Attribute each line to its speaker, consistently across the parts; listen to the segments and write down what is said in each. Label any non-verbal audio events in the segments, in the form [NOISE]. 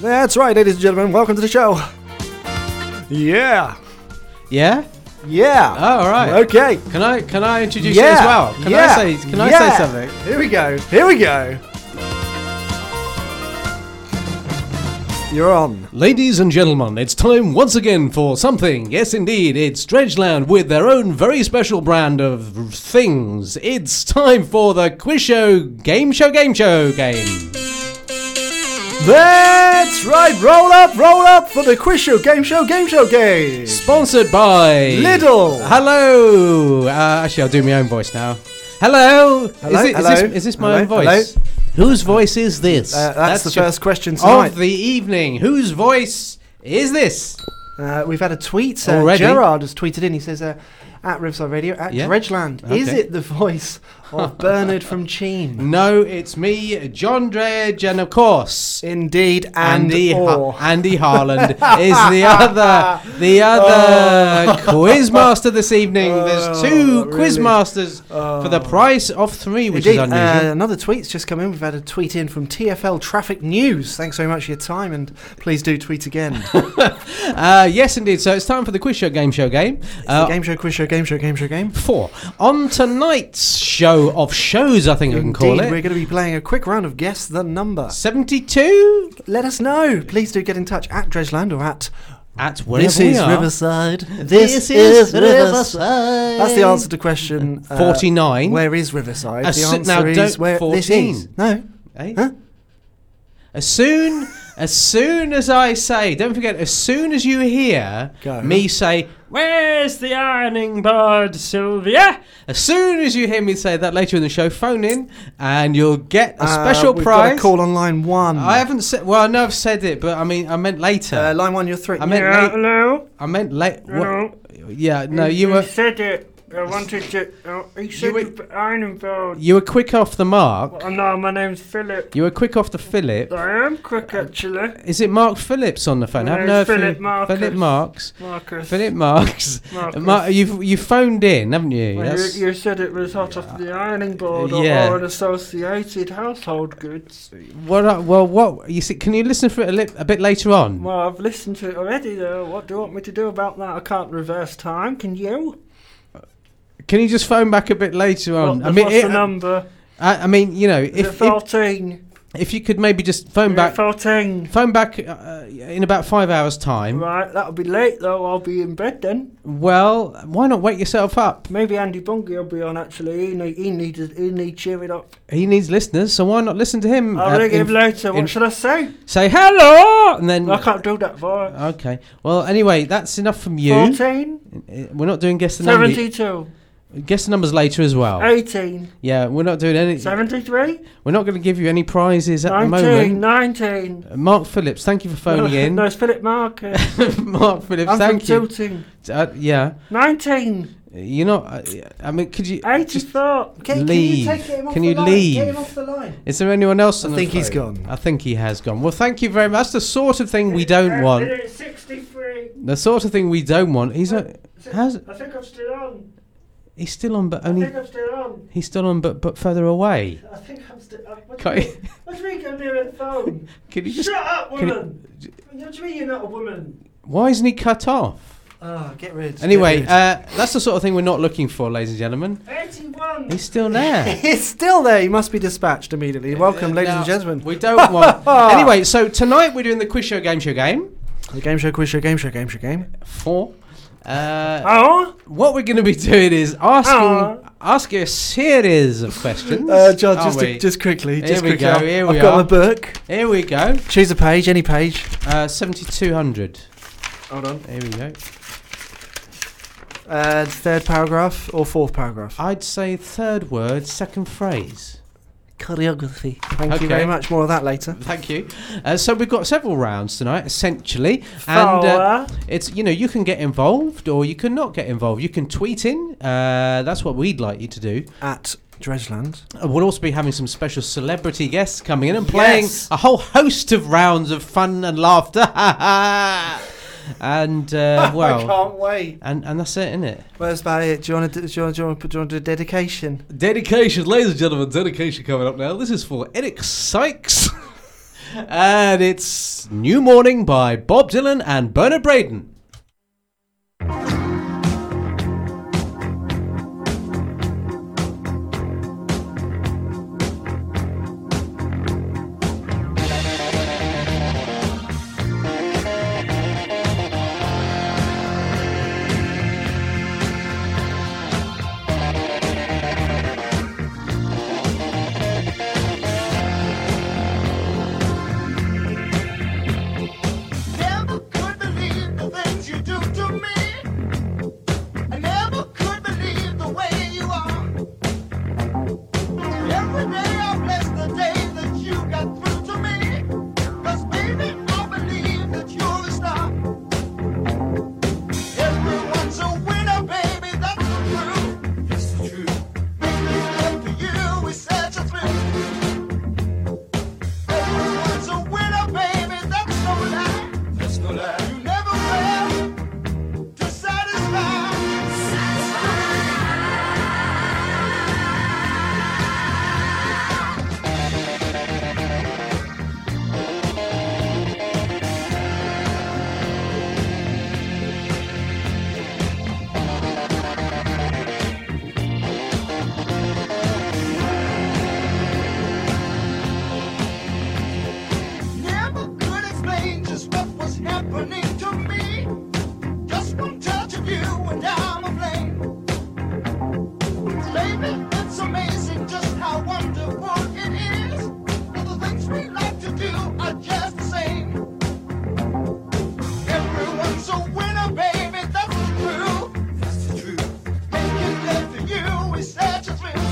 Speaker 1: That's right, ladies and gentlemen. Welcome to the show. Yeah.
Speaker 2: Yeah.
Speaker 1: Yeah.
Speaker 2: Oh, all right.
Speaker 1: Okay.
Speaker 2: Can I can I introduce you
Speaker 1: yeah.
Speaker 2: as well? Can
Speaker 1: yeah.
Speaker 2: I say can I
Speaker 1: yeah.
Speaker 2: say something?
Speaker 1: Here we go. Here we go. You're on.
Speaker 2: Ladies and gentlemen, it's time once again for something. Yes, indeed, it's Dredgeland with their own very special brand of things. It's time for the quiz show, game show, game show, game.
Speaker 1: That's right. Roll up, roll up for the quiz show, game show, game show, game.
Speaker 2: Sponsored by
Speaker 1: Lidl.
Speaker 2: Hello. Uh, actually, I'll do my own voice now. Hello.
Speaker 1: Hello,
Speaker 2: Is, it, is
Speaker 1: hello,
Speaker 2: this, is this my own
Speaker 1: hello,
Speaker 2: voice? Whose voice is this?
Speaker 1: Uh, that's, the
Speaker 2: your-
Speaker 1: first question tonight.
Speaker 2: of Oh, the evening. Whose voice is this?
Speaker 1: Uh, we've had a tweet. Uh,
Speaker 2: Already?
Speaker 1: Gerard has tweeted in. He says, uh, "At Riverside Radio, at
Speaker 2: Yeah.
Speaker 1: Dredgeland, is
Speaker 2: Okay.
Speaker 1: it the voice
Speaker 2: [LAUGHS]
Speaker 1: of Bernard from Cheam?"
Speaker 2: No, it's me, John Dredge, and of course,
Speaker 1: Indeed, and oh.
Speaker 2: Andy
Speaker 1: or.
Speaker 2: ha-
Speaker 1: [LAUGHS]
Speaker 2: Andy Harland is the other the other quizmaster this evening. There's two
Speaker 1: Oh, really? Oh.
Speaker 2: quizmasters for the price of three, which
Speaker 1: Indeed,
Speaker 2: is unusual.
Speaker 1: uh, another tweet's just come in. We've had a tweet in from TFL Traffic News. Thanks so much for your time, and please do tweet
Speaker 2: [LAUGHS]
Speaker 1: again.
Speaker 2: Uh, yes, indeed. So it's time for the quiz show game show game.
Speaker 1: The
Speaker 2: Uh,
Speaker 1: game show, quiz show, game show, game show, game.
Speaker 2: Four on tonight's show of shows, I think I can
Speaker 1: Indeed,
Speaker 2: call
Speaker 1: we're
Speaker 2: it.
Speaker 1: going to be playing a quick round of guess the number.
Speaker 2: Seventy-two
Speaker 1: Let us know. Please do get in touch at Dredgeland or at
Speaker 2: at wherever
Speaker 1: This
Speaker 2: we
Speaker 1: is
Speaker 2: are.
Speaker 1: Riverside. This, is Riverside. That's the answer to question uh,
Speaker 2: Forty-nine.
Speaker 1: Where is Riverside?
Speaker 2: Uh,
Speaker 1: the
Speaker 2: so-
Speaker 1: answer
Speaker 2: now,
Speaker 1: is
Speaker 2: don't-
Speaker 1: where this
Speaker 2: 14.
Speaker 1: is. No.
Speaker 2: Eh?
Speaker 1: Huh?
Speaker 2: As soon as soon as I say, don't forget, as soon as you hear
Speaker 1: Go.
Speaker 2: me say, Where's the ironing board, Sylvia? As soon as you hear me say that later in the show, phone in and you'll get a
Speaker 1: Uh,
Speaker 2: special
Speaker 1: we've
Speaker 2: prize.
Speaker 1: Got a call on line one.
Speaker 2: I haven't said well, I know I've said it, but I mean I meant later.
Speaker 1: Uh, line one, you're three.
Speaker 2: I meant
Speaker 3: Yeah,
Speaker 2: late
Speaker 3: Uh, hello.
Speaker 1: Uh,
Speaker 2: I meant late what?
Speaker 3: Hello.
Speaker 2: Yeah, no, you were
Speaker 3: said it. I wanted to. Oh, you said
Speaker 2: were-
Speaker 3: you were, Ironveld.
Speaker 2: you were quick off the mark.
Speaker 3: Oh, no, my name's Philip.
Speaker 2: You were quick off the Philip.
Speaker 3: I am quick, actually.
Speaker 2: Is it Mark Phillips on the phone?
Speaker 3: No,
Speaker 2: I have no
Speaker 3: Philip
Speaker 2: Philip,
Speaker 3: Marcus.
Speaker 2: Philip Marks.
Speaker 3: Marcus.
Speaker 2: Philip Marks.
Speaker 3: Marcus.
Speaker 2: Ma- you've you phoned in, haven't you?
Speaker 3: Well,
Speaker 2: That's-
Speaker 3: you, you said it was hot off the ironing board or,
Speaker 2: Yeah. Mm.
Speaker 3: or an associated household goods.
Speaker 2: what? I- well, what you see? Can you listen for it a, li- a bit later on?
Speaker 3: Well, I've listened to it already, though. What do you want me to do about that? I can't reverse time, can you?
Speaker 2: Can you just phone back a bit later on?
Speaker 3: What-
Speaker 2: I mean,
Speaker 3: what's
Speaker 2: it-
Speaker 3: the um, number?
Speaker 2: I, I mean, you know,
Speaker 3: Is it
Speaker 2: if, if
Speaker 3: 14?
Speaker 2: if you could maybe just phone
Speaker 3: Is it
Speaker 2: back,
Speaker 3: 14.
Speaker 2: phone back uh, in about five hours' time.
Speaker 3: Right, that'll be late, though. I'll be in bed then.
Speaker 2: Well, why not wake yourself up?
Speaker 3: Maybe Andy Bungie will be on actually. He need, he needs he need cheering up.
Speaker 2: He needs listeners, so why not listen to him?
Speaker 3: I'll
Speaker 2: uh,
Speaker 3: ring him
Speaker 2: in-
Speaker 3: later. What
Speaker 2: in- Hmm.
Speaker 3: should I say?
Speaker 2: Say hello, and then
Speaker 3: I can't do that voice.
Speaker 2: okay. Well, anyway, that's enough from you.
Speaker 3: 14,
Speaker 2: Uh, We're not doing guess the number.
Speaker 3: 72,
Speaker 2: Guess the numbers later as well.
Speaker 3: 18,
Speaker 2: Yeah, we're not doing any.
Speaker 3: 73,
Speaker 2: We're not going to give you any prizes at
Speaker 3: 19,
Speaker 2: the
Speaker 3: 19.
Speaker 2: moment. Mark Phillips, thank you for phoning in.
Speaker 3: [LAUGHS] no, it's Philip Marcus.
Speaker 2: [LAUGHS] Mark Phillips,
Speaker 3: I'm
Speaker 2: thank
Speaker 3: from
Speaker 2: you.
Speaker 3: Tilting.
Speaker 2: Uh, yeah,
Speaker 3: 19,
Speaker 2: you're not. Uh, I mean, could you? just-
Speaker 3: 84.
Speaker 2: Can- can you take- Leave. get him off Can the you line? Get him leave? off
Speaker 3: the line.
Speaker 2: is there anyone else? On
Speaker 1: I
Speaker 2: the
Speaker 1: think he's
Speaker 2: phone?
Speaker 1: gone.
Speaker 2: I think he has gone. Well, thank you very much. That's the sort of thing we don't want.
Speaker 3: 63.
Speaker 2: The sort of thing we don't want. He's a, has
Speaker 3: I think I'm still on.
Speaker 2: he's still on, but
Speaker 3: I
Speaker 2: only
Speaker 3: think I'm still on.
Speaker 2: he's still on, but but further away. [LAUGHS]
Speaker 3: I think I'm still on. What do you
Speaker 2: Can
Speaker 3: mean- what do you mean I'm near the phone?
Speaker 2: Can you just?
Speaker 3: Shut up,
Speaker 2: can you-
Speaker 3: woman! What do you mean you're not a woman?
Speaker 2: Why isn't he cut off?
Speaker 1: Oh, get rid. get
Speaker 2: Anyway,
Speaker 1: rid.
Speaker 2: uh, that's the sort of thing we're not looking for, ladies and gentlemen.
Speaker 3: 81!
Speaker 2: He's still there.
Speaker 1: uh, He's still there. He must be dispatched immediately. Welcome,
Speaker 2: Uh,
Speaker 1: ladies
Speaker 2: now,
Speaker 1: and gentlemen.
Speaker 2: We don't
Speaker 1: [LAUGHS]
Speaker 2: want. anyway, so tonight we're doing the quiz show game show game
Speaker 1: The game show, quiz show, game show, game show, game.
Speaker 2: four.
Speaker 1: Ah.
Speaker 2: Uh,
Speaker 3: Oh!
Speaker 2: what we're going to be doing is asking
Speaker 3: Oh.
Speaker 2: asking a series of questions.
Speaker 1: Uh, John,
Speaker 2: aren't
Speaker 1: just,
Speaker 2: we?
Speaker 1: just quickly.
Speaker 2: Here
Speaker 1: just
Speaker 2: we
Speaker 1: quickly.
Speaker 2: go,
Speaker 1: I've-
Speaker 2: here
Speaker 1: I've
Speaker 2: we
Speaker 1: got
Speaker 2: are.
Speaker 1: my book.
Speaker 2: here we go.
Speaker 1: Choose a page, any page.
Speaker 2: Uh, Seventy two hundred.
Speaker 1: Hold on.
Speaker 2: Here we go.
Speaker 1: Uh, third paragraph or fourth paragraph?
Speaker 2: I'd say third word, second phrase.
Speaker 1: Choreography. Thank
Speaker 2: Okay.
Speaker 1: you very much. More of that later.
Speaker 2: Thank you. Uh, so we've got several rounds tonight, essentially, and. Uh,
Speaker 3: Fowler.
Speaker 2: It's you know you can get involved or you can not get involved. You can tweet in. Uh, that's what we'd like you to do.
Speaker 1: At Dredgeland.
Speaker 2: Uh, We'll also be having some special celebrity guests coming in and playing
Speaker 1: Yes.
Speaker 2: a whole host of rounds of fun and laughter. [LAUGHS]
Speaker 1: [LAUGHS]
Speaker 2: and uh, well,
Speaker 1: can't wait.
Speaker 2: and and that's it, isn't it?
Speaker 1: Well, that's about it. Do you want to do, do, you wanna- do, you wanna- do, you wanna do a dedication?
Speaker 2: Dedication, ladies and gentlemen, dedication coming up now. This is for Eric Sykes. [LAUGHS] And it's New Morning by Bob Dylan and Bernard Braden.
Speaker 4: Never could believe the things you do to me. I never could believe the way you are. Every day I bless the day that you got through to me. 'Cause baby, I believe that you're a star. Everyone's a winner, baby, that's the truth. That's the truth. Love to you is such a thrill. Everyone's a winner, baby, that's no lie. That's no lie. You never fail to satisfy. Never could explain just what was happening to me. Just one touch of you and I'm aflame. Baby, it's amazing just how wonderful it is. And the things we like to do are just the same. Everyone's a winner, baby, that's the truth. That's the truth. Making love to you is such a thrill.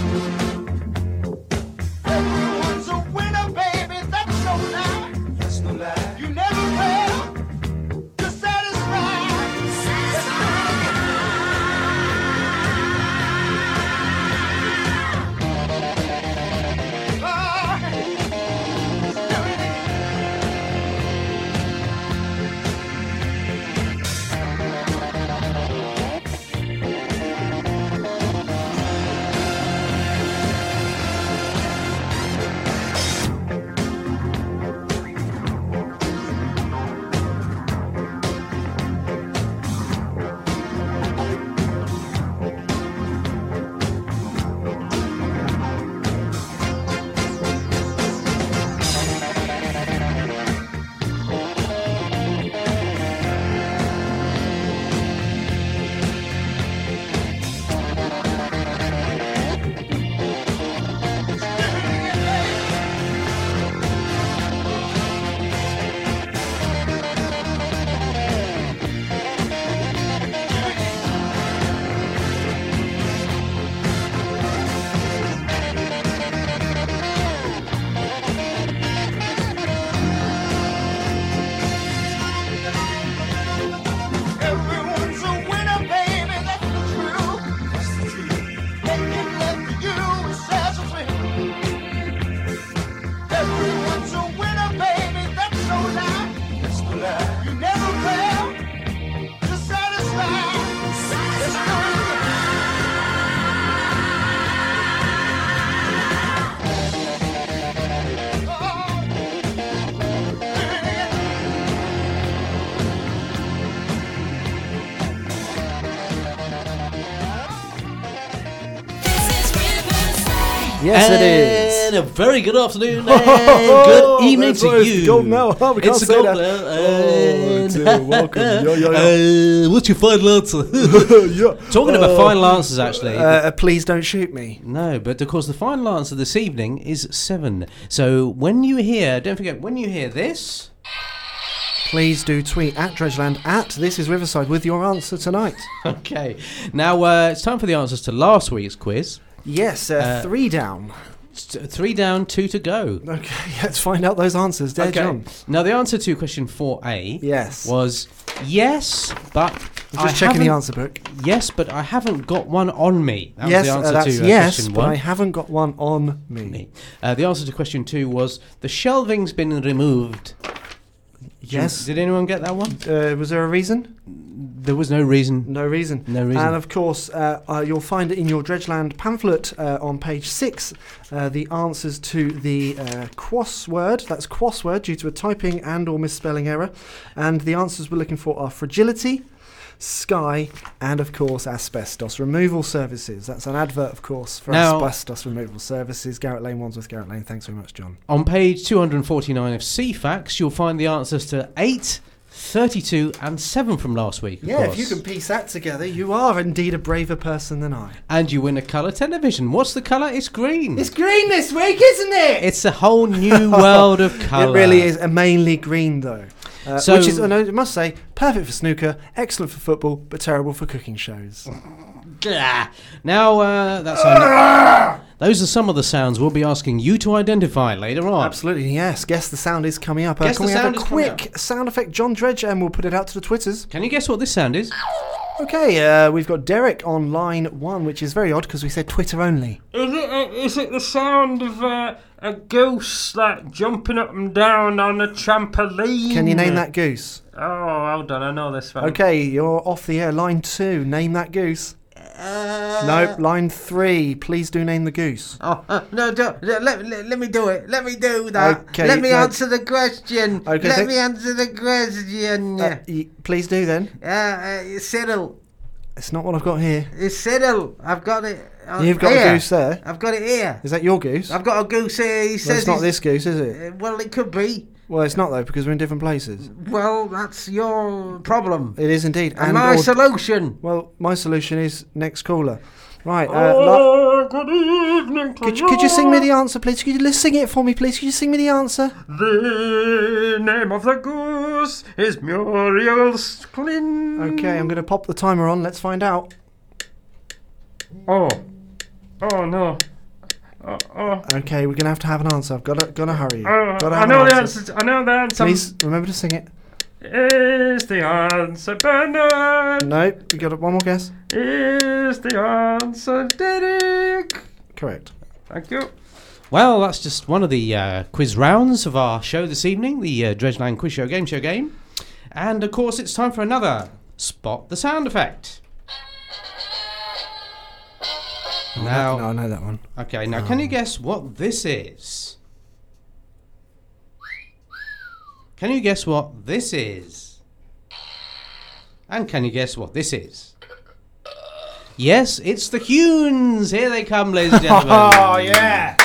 Speaker 4: Everyone's a winner, baby. That's no lie. That's no lie. You never fail to satisfy. Ah. Satisfy. Everyone's a winner, baby, that's the truth. That's the truth. Making love to you is such a thrill. Everyone's a winner, baby, that's no lie. That's no lie. You never fail to satisfy. Satisfy.
Speaker 1: Yes, it is. Oh,
Speaker 2: and a very
Speaker 1: [LAUGHS]
Speaker 2: good afternoon and good evening
Speaker 1: that's
Speaker 2: to
Speaker 1: right, it's
Speaker 2: you.
Speaker 1: gold now. [LAUGHS] Oh, we
Speaker 2: it's
Speaker 1: can't
Speaker 2: a
Speaker 1: say
Speaker 2: gold
Speaker 1: that.
Speaker 2: now,
Speaker 1: Oh,
Speaker 2: and-
Speaker 1: dear, welcome. Yo, yo,
Speaker 2: [LAUGHS] Uh, what's your final answer?
Speaker 1: [LAUGHS]
Speaker 2: Talking about final answers, actually.
Speaker 1: Oh. Uh, please don't shoot me.
Speaker 2: no, but of course the final answer this evening is seven. So when you hear, don't forget, when you hear this, [LAUGHS]
Speaker 1: Please do tweet at Dredgeland at This Is Riverside with your answer tonight.
Speaker 2: okay. Now uh, it's time for the answers to last week's quiz.
Speaker 1: Yes, uh,
Speaker 2: Uh,
Speaker 1: three down. [LAUGHS]
Speaker 2: S- Three down, two to go.
Speaker 1: Okay, let's find out those answers, dear John.
Speaker 2: Now the answer to question four A
Speaker 1: Yes.
Speaker 2: was yes, but
Speaker 1: I'm
Speaker 2: I
Speaker 1: just checking the
Speaker 2: haven't-
Speaker 1: answer book.
Speaker 2: Yes, but I haven't got one on me. That
Speaker 1: yes,
Speaker 2: was the
Speaker 1: uh,
Speaker 2: answer
Speaker 1: that's
Speaker 2: to uh,
Speaker 1: yes,
Speaker 2: question
Speaker 1: but I
Speaker 2: one.
Speaker 1: haven't got one on me.
Speaker 2: Uh, the answer to question two was the shelving's been removed.
Speaker 5: Did you-
Speaker 1: Yes.
Speaker 5: Did anyone get that one?
Speaker 1: Uh, was there a reason?
Speaker 5: There was no reason.
Speaker 1: No reason.
Speaker 5: No reason.
Speaker 1: And of course, uh, uh, you'll find it in your Dredgeland pamphlet uh, on page six uh, the answers to the uh, crossword. That's crossword due to a typing and/or misspelling error. And the answers we're looking for are fragility, sky, and of course asbestos removal services. That's an advert, of course, for
Speaker 5: Now-
Speaker 1: asbestos removal services. Garrett Lane, Wandsworth, Garrett Lane. Thanks very much, John.
Speaker 5: On page 249 of CFAX, you'll find the answers to 8, 32, and 7 from last week. of
Speaker 1: Yeah, if
Speaker 5: course.
Speaker 1: you can piece that together, you are indeed a braver person than I.
Speaker 5: And you win a colour television. What's the colour? It's green.
Speaker 1: It's green this week, isn't it?
Speaker 5: It's a whole
Speaker 1: [LAUGHS]
Speaker 5: new world of colour.
Speaker 1: It really is, and mainly green though. Uh,
Speaker 5: So-
Speaker 1: which is, and I must say, perfect for snooker, excellent for football, but terrible for
Speaker 5: [LAUGHS]
Speaker 1: cooking shows.
Speaker 5: Gah. Now, uh, that's
Speaker 1: Ah!
Speaker 5: un- those are some of the sounds we'll be asking you to identify later on.
Speaker 1: Absolutely, yes. Guess the sound is coming up. Uh,
Speaker 5: Guess
Speaker 1: can
Speaker 5: the
Speaker 1: we
Speaker 5: sound
Speaker 1: have
Speaker 5: is
Speaker 1: a
Speaker 5: coming
Speaker 1: quick sound effect, John Dredge, and we'll put it out to the Twitters?
Speaker 5: Can you guess what this sound is?
Speaker 1: Okay, uh, we've got Derek on line one, which is very odd because we said Twitter only.
Speaker 4: Is it, uh, is it the sound of uh, a goose like jumping up and down on a trampoline?
Speaker 1: Can you
Speaker 5: Mm.
Speaker 1: name that goose?
Speaker 4: Oh, hold on, I know this
Speaker 5: Um,
Speaker 4: one.
Speaker 1: Okay, you're off the air. Line two, name that goose.
Speaker 4: Uh,
Speaker 1: nope, line three, please do name the goose.
Speaker 2: Oh, uh, no, don't, let, let, let me do it. Let me do that.
Speaker 1: Okay,
Speaker 2: let me
Speaker 1: no.
Speaker 2: answer the question.
Speaker 1: Okay,
Speaker 2: let
Speaker 1: thank-
Speaker 2: me answer the question.
Speaker 1: Uh,
Speaker 2: Uh,
Speaker 1: y- please do then.
Speaker 2: uh, Cyril.
Speaker 1: It's not what I've got here.
Speaker 2: It's Cyril. I've got it.
Speaker 4: Uh,
Speaker 2: on
Speaker 1: You've got
Speaker 2: here.
Speaker 1: a goose there.
Speaker 2: I've got it here.
Speaker 1: Is that your goose?
Speaker 2: I've got a goose here. He
Speaker 1: Well,
Speaker 2: says
Speaker 1: it's not
Speaker 2: he's-
Speaker 1: this goose, is it?
Speaker 2: Uh, well, it could be.
Speaker 1: Well, it's not though because we're in different places.
Speaker 2: Well, that's your problem.
Speaker 1: It is indeed.
Speaker 2: And
Speaker 1: And
Speaker 2: my
Speaker 1: or-
Speaker 2: solution.
Speaker 1: well, my solution is next caller. Right. Uh, la-
Speaker 4: Oh, good evening to
Speaker 1: could you, could you sing me the answer, please? Could you li- sing it for me, please? Could you sing me the answer?
Speaker 4: The name of the goose is Muriel Sklin.
Speaker 1: Okay, I'm going to pop the timer on. Let's find out.
Speaker 4: Oh. Oh, no. Oh, oh.
Speaker 1: Okay, we're going to have to have an answer. I've got to, got to hurry.
Speaker 4: Oh,
Speaker 1: Gotta
Speaker 4: I
Speaker 1: have
Speaker 4: know
Speaker 1: an
Speaker 4: the answer. to- I know the answer.
Speaker 1: Please remember to sing it.
Speaker 4: Is the answer Bernard?
Speaker 1: No, you got one more guess.
Speaker 4: Is the answer Derek?
Speaker 1: Correct.
Speaker 4: Thank you.
Speaker 5: Well, that's just one of the uh, quiz rounds of our show this evening, the uh, Dredgeland Quiz Show Game Show Game. And of course, it's time for another Spot the Sound Effect.
Speaker 1: No, I
Speaker 5: Now,
Speaker 1: know that one.
Speaker 5: okay, now can you guess what this is? Can you guess what this is? And can you guess what this is? Yes, it's the Hunes. Here they come, ladies and
Speaker 1: Oh,
Speaker 5: gentlemen.
Speaker 1: [LAUGHS] yes.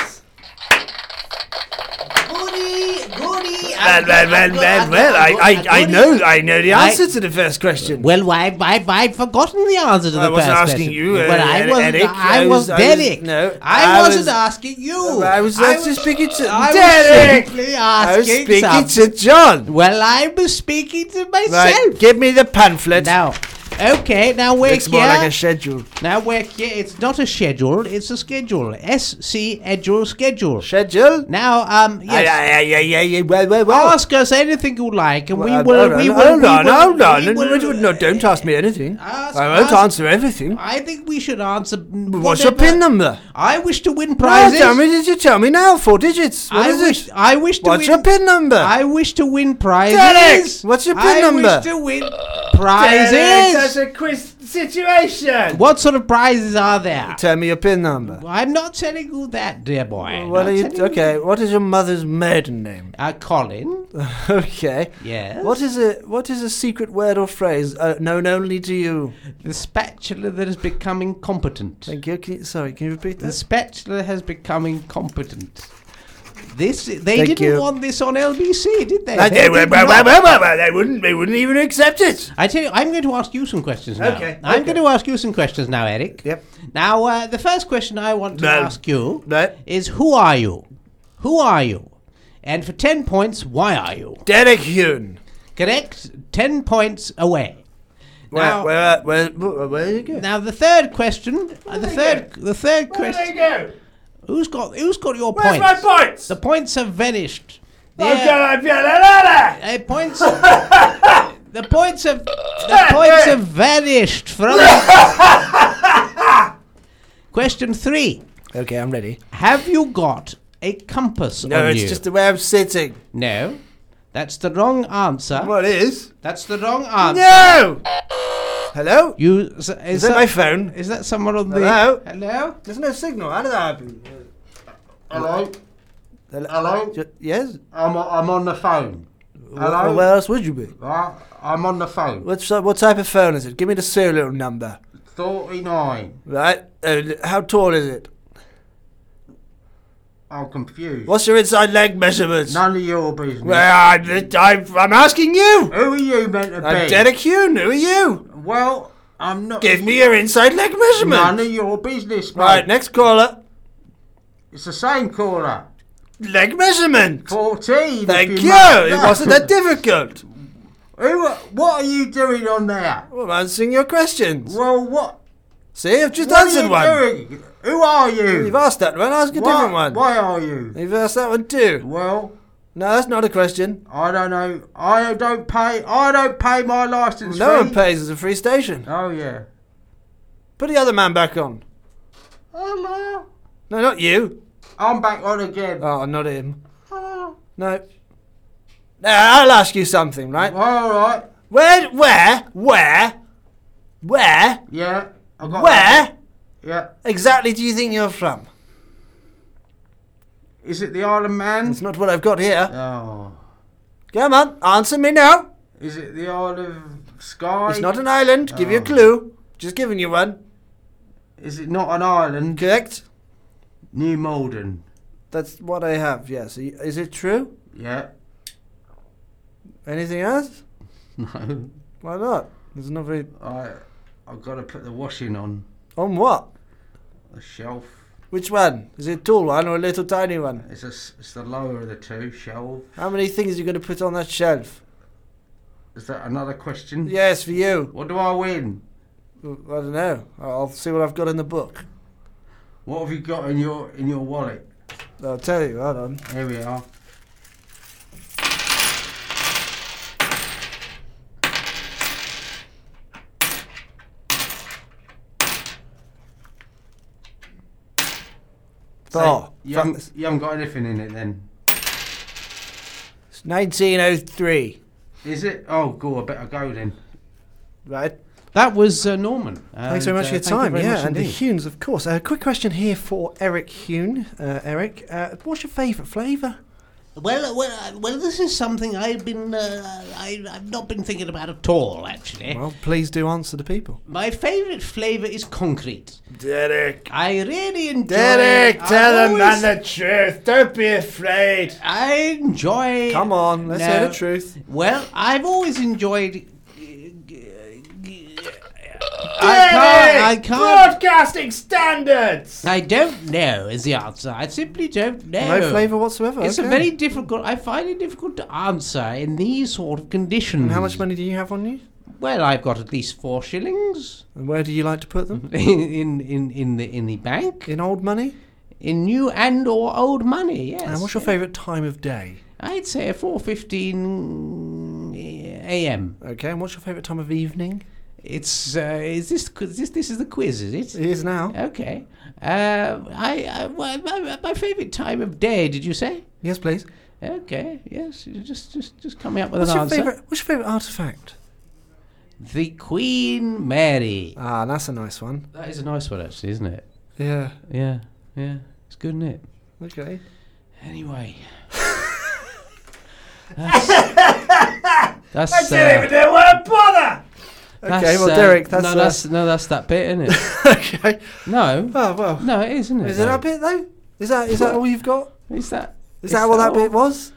Speaker 2: Well, well, well, well, well. I, I, I know.
Speaker 1: I know the
Speaker 2: answer
Speaker 1: to the first question.
Speaker 2: Well, why, why, why? I've forgotten the answer to the
Speaker 1: I wasn't
Speaker 2: first
Speaker 1: asking
Speaker 2: question.
Speaker 1: you, uh,
Speaker 2: Well, I
Speaker 1: Ed-
Speaker 2: wasn't.
Speaker 1: Eric.
Speaker 2: I,
Speaker 1: I
Speaker 2: was,
Speaker 1: was- I was-
Speaker 2: Derek.
Speaker 1: no,
Speaker 2: I,
Speaker 1: I
Speaker 2: wasn't
Speaker 1: was-
Speaker 2: asking you.
Speaker 1: I was
Speaker 2: was-
Speaker 1: just speaking to
Speaker 2: I was
Speaker 1: Derek.
Speaker 2: simply
Speaker 1: I was
Speaker 2: asking
Speaker 1: speaking
Speaker 2: something.
Speaker 1: to John.
Speaker 2: Well, I was speaking to
Speaker 1: Right,
Speaker 2: myself.
Speaker 1: give me the pamphlet.
Speaker 2: Now, okay. Now we're
Speaker 1: Looks
Speaker 2: here.
Speaker 1: more like a schedule.
Speaker 2: now we're here. It's not a schedule. It's a schedule. S C schedule schedule.
Speaker 1: Schedule?
Speaker 2: now, um,
Speaker 1: Yeah,
Speaker 2: yes.
Speaker 1: yeah, yeah, yeah, yeah. Well, well, well.
Speaker 2: Ask us anything you like, and
Speaker 1: Well,
Speaker 2: we will.
Speaker 1: hold on,
Speaker 2: we will.
Speaker 1: hold
Speaker 2: we
Speaker 1: on,
Speaker 2: will-
Speaker 1: hold on.
Speaker 2: we will-
Speaker 1: No, no, don't ask me anything.
Speaker 2: Ask-
Speaker 1: I won't
Speaker 2: ask-
Speaker 1: answer everything.
Speaker 2: I think we should answer.
Speaker 1: What's your
Speaker 2: whatever-
Speaker 1: pin number?
Speaker 2: I wish to win
Speaker 1: Oh,
Speaker 2: prizes.
Speaker 1: tell me, did you tell me now? Four digits. What
Speaker 2: I
Speaker 1: is
Speaker 2: wish.
Speaker 1: it?
Speaker 2: I wish to
Speaker 1: What's
Speaker 2: win.
Speaker 1: your pin number?
Speaker 2: I wish to win prizes.
Speaker 1: Derek, what's your pin
Speaker 2: I
Speaker 1: number?
Speaker 2: wish to win prizes.
Speaker 1: a quiz situation.
Speaker 2: What sort of prizes are there?
Speaker 1: Tell me your pin number.
Speaker 2: I'm not telling you that, dear boy.
Speaker 1: What
Speaker 2: Not
Speaker 1: are you?
Speaker 2: telling
Speaker 1: Okay. What is your mother's maiden
Speaker 2: [LAUGHS]
Speaker 1: name?
Speaker 2: Uh, Colin.
Speaker 1: Okay.
Speaker 2: Yes.
Speaker 1: What is a what is a secret word or phrase uh, known only to you?
Speaker 2: The spatula that has become incompetent.
Speaker 1: Thank you. Can you sorry, can you repeat
Speaker 2: The
Speaker 1: this?
Speaker 2: spatula has become incompetent. This they
Speaker 1: Thank
Speaker 2: didn't
Speaker 1: you.
Speaker 2: want this on LBC, did they? They
Speaker 1: [LAUGHS] They,
Speaker 2: did not.
Speaker 1: wouldn't. They wouldn't even accept it.
Speaker 2: I tell you, I'm going to ask you some questions now.
Speaker 1: Okay,
Speaker 2: I'm
Speaker 1: okay.
Speaker 2: going to ask you some questions now, Eric.
Speaker 1: Yep.
Speaker 2: Now, uh, the first question I want to
Speaker 1: No.
Speaker 2: ask you
Speaker 1: No.
Speaker 2: is who are you? Who are you? And for 10 points, why are you?
Speaker 1: Derek Hune.
Speaker 2: Correct? 10 points away.
Speaker 1: Where,
Speaker 2: Now-
Speaker 1: where, uh, where, where, where did you go?
Speaker 2: Now the third question, uh, the third, the third question.
Speaker 1: go?
Speaker 2: Who's got who's got your
Speaker 1: Where's
Speaker 2: points?
Speaker 1: my points?
Speaker 2: The points have vanished. They're- Uh, points. the points have the points have vanished from. Question three:
Speaker 1: Okay, I'm ready.
Speaker 2: Have you got a compass
Speaker 1: No,
Speaker 2: on
Speaker 1: it's
Speaker 2: you?
Speaker 1: just the way I'm sitting.
Speaker 2: no. That's the wrong answer.
Speaker 1: Well, it is.
Speaker 2: That's the wrong answer.
Speaker 1: No! Hello?
Speaker 2: You s- is,
Speaker 1: Is that my phone?
Speaker 2: Is that someone on the
Speaker 1: Hello?
Speaker 2: Hello?
Speaker 1: There's no signal. How did that happen?
Speaker 4: Hello?
Speaker 1: Hello?
Speaker 4: Hello?
Speaker 1: J- Yes?
Speaker 4: I'm, I'm on the phone.
Speaker 1: Wh-
Speaker 4: Hello?
Speaker 1: Where else would you be?
Speaker 4: Right? I'm on the phone.
Speaker 1: What, si- what type of phone is it? Give me the serial number.
Speaker 4: 39.
Speaker 1: Right? And how tall is it?
Speaker 4: I'm confused.
Speaker 1: What's your inside leg measurements?
Speaker 4: None of your business.
Speaker 1: Well, I'm, I'm, I'm asking you!
Speaker 4: Who are you meant to
Speaker 1: I'm
Speaker 4: be?
Speaker 1: Derek Hume. Who are you?
Speaker 4: Well, I'm not.
Speaker 1: Give me your inside leg measurement.
Speaker 4: None of your business, mate.
Speaker 1: Right, next caller.
Speaker 4: It's the same caller.
Speaker 1: Leg measurement.
Speaker 4: 14.
Speaker 1: Thank
Speaker 4: if
Speaker 1: you.
Speaker 4: must
Speaker 1: It
Speaker 4: know.
Speaker 1: wasn't that difficult.
Speaker 4: Who, are- what are you doing on there?
Speaker 1: Well, I'm answering your questions.
Speaker 4: Well, what?
Speaker 1: See, I've just
Speaker 4: What
Speaker 1: answered one.
Speaker 4: are you doing? Who are you?
Speaker 1: You've asked that one. Ask a
Speaker 4: Why-
Speaker 1: different one.
Speaker 4: Why are you?
Speaker 1: You've asked that one too.
Speaker 4: Well,
Speaker 1: No, that's not a question.
Speaker 4: I don't know. I don't pay. I don't pay my license
Speaker 1: No
Speaker 4: fee.
Speaker 1: one pays as a free station.
Speaker 4: Oh yeah.
Speaker 1: Put the other man back on.
Speaker 4: Hello.
Speaker 1: No, not you.
Speaker 4: I'm back on again.
Speaker 1: Oh, not
Speaker 4: [LAUGHS]
Speaker 1: him.
Speaker 4: Hello.
Speaker 1: No. Now, I'll ask you something, right?
Speaker 4: All right.
Speaker 1: Where, where, where, where,
Speaker 4: Yeah. I got that.
Speaker 1: where
Speaker 4: Yeah.
Speaker 1: exactly do you think you're from?
Speaker 4: Is it the Isle of Man?
Speaker 1: It's not what I've got here.
Speaker 4: Oh.
Speaker 1: Come on, answer me now.
Speaker 4: Is it the Isle of Skye?
Speaker 1: It's not an island. Give you a
Speaker 4: Oh.
Speaker 1: clue. Just giving you one.
Speaker 4: Is it not an island?
Speaker 1: Correct?
Speaker 4: New Malden.
Speaker 1: That's what I have, yes. Is it true?
Speaker 2: [LAUGHS]
Speaker 4: Yeah.
Speaker 1: Anything else?
Speaker 4: No.
Speaker 1: Why not? There's not very.
Speaker 4: I. I've got to put the washing on
Speaker 1: On what?
Speaker 4: the shelf.
Speaker 1: Which one? Is it a tall one or a little tiny one?
Speaker 4: It's a s It's the lower of the two shelf.
Speaker 1: How many things are you going to put on that shelf?
Speaker 4: Is that another question?
Speaker 1: Yes, for you.
Speaker 4: What do I win?
Speaker 1: I don't know. I'll see what I've got in the book.
Speaker 4: What have you got in your in your wallet?
Speaker 1: I'll tell you. Hold on.
Speaker 4: Here we are.
Speaker 1: Oh,
Speaker 4: you,
Speaker 1: fuck.
Speaker 4: haven't, you haven't got anything in it then,
Speaker 1: It's 1903.
Speaker 4: is it? Oh, go. I better go then.
Speaker 1: Right.
Speaker 6: That was uh, Norman.
Speaker 7: Thanks
Speaker 6: and,
Speaker 7: very much
Speaker 6: uh,
Speaker 7: for your
Speaker 6: thank you
Speaker 7: time.
Speaker 6: very
Speaker 7: yeah,
Speaker 6: much
Speaker 7: and the
Speaker 6: indeed.
Speaker 7: Hunes, of course. A quick question here for Eric Hune. Uh, Eric, uh, what's your favourite flavour?
Speaker 2: Well, well, uh, well. This is something I've been, uh, I, I've not been thinking about at all, actually.
Speaker 7: Well, please do answer the people.
Speaker 2: My favourite flavour is concrete.
Speaker 1: Derek.
Speaker 2: I really enjoy.
Speaker 1: Derek,
Speaker 2: I
Speaker 1: tell the man
Speaker 2: always-
Speaker 1: the truth. Don't be afraid.
Speaker 2: I enjoy.
Speaker 7: Come on, let's hear
Speaker 2: No.
Speaker 7: the truth.
Speaker 2: Well, I've always enjoyed. g- g- g- I
Speaker 1: Derek!
Speaker 2: can't. I can't.
Speaker 1: Broadcasting standards.
Speaker 2: I don't know is the answer. I simply don't know.
Speaker 7: No, flavour whatsoever.
Speaker 2: It's
Speaker 7: okay.
Speaker 2: a very difficult. I find it difficult to answer in these sort of conditions.
Speaker 7: And how much money do you have on you?
Speaker 2: Well, I've got at least four shillings
Speaker 7: And where do you like to put
Speaker 2: Mm-hmm.
Speaker 7: them?
Speaker 2: [LAUGHS] in in in the in the bank
Speaker 7: In old money?
Speaker 2: in new and or old money. Yes.
Speaker 7: And what's your favourite time of day?
Speaker 2: I'd say four fifteen a.m.
Speaker 7: Okay, and what's your favourite time of evening?
Speaker 2: It's uh, is this qu- is this this is the quiz, is it?
Speaker 7: It is now.
Speaker 2: Okay. Uh, I, I my, my, my favorite time of day. Did you say?
Speaker 7: Yes, please.
Speaker 2: Okay. Yes. you Just just just coming up with
Speaker 7: What's
Speaker 2: an
Speaker 7: your
Speaker 2: answer.
Speaker 7: favourite? What's your favourite artefact?
Speaker 2: The Queen Mary.
Speaker 7: Ah, that's a nice one.
Speaker 2: That is a nice one, actually, isn't it?
Speaker 7: Yeah.
Speaker 2: Yeah. Yeah. It's good, isn't it?
Speaker 7: Okay. [LAUGHS]
Speaker 2: Anyway. that's that's, uh,
Speaker 1: They won't bother.
Speaker 2: that's,
Speaker 7: Okay, well,
Speaker 2: uh,
Speaker 7: Derek, that's,
Speaker 2: no,
Speaker 7: uh,
Speaker 2: that's no, that's that bit, isn't
Speaker 7: [LAUGHS]
Speaker 2: it?
Speaker 7: okay.
Speaker 2: No,
Speaker 7: Oh well.
Speaker 2: no, it is, isn't it?
Speaker 7: Is it
Speaker 2: though?
Speaker 7: that bit though? Is that is that all you've got?
Speaker 2: Is that?
Speaker 7: Is
Speaker 2: is
Speaker 7: that what that
Speaker 2: all?
Speaker 7: bit was?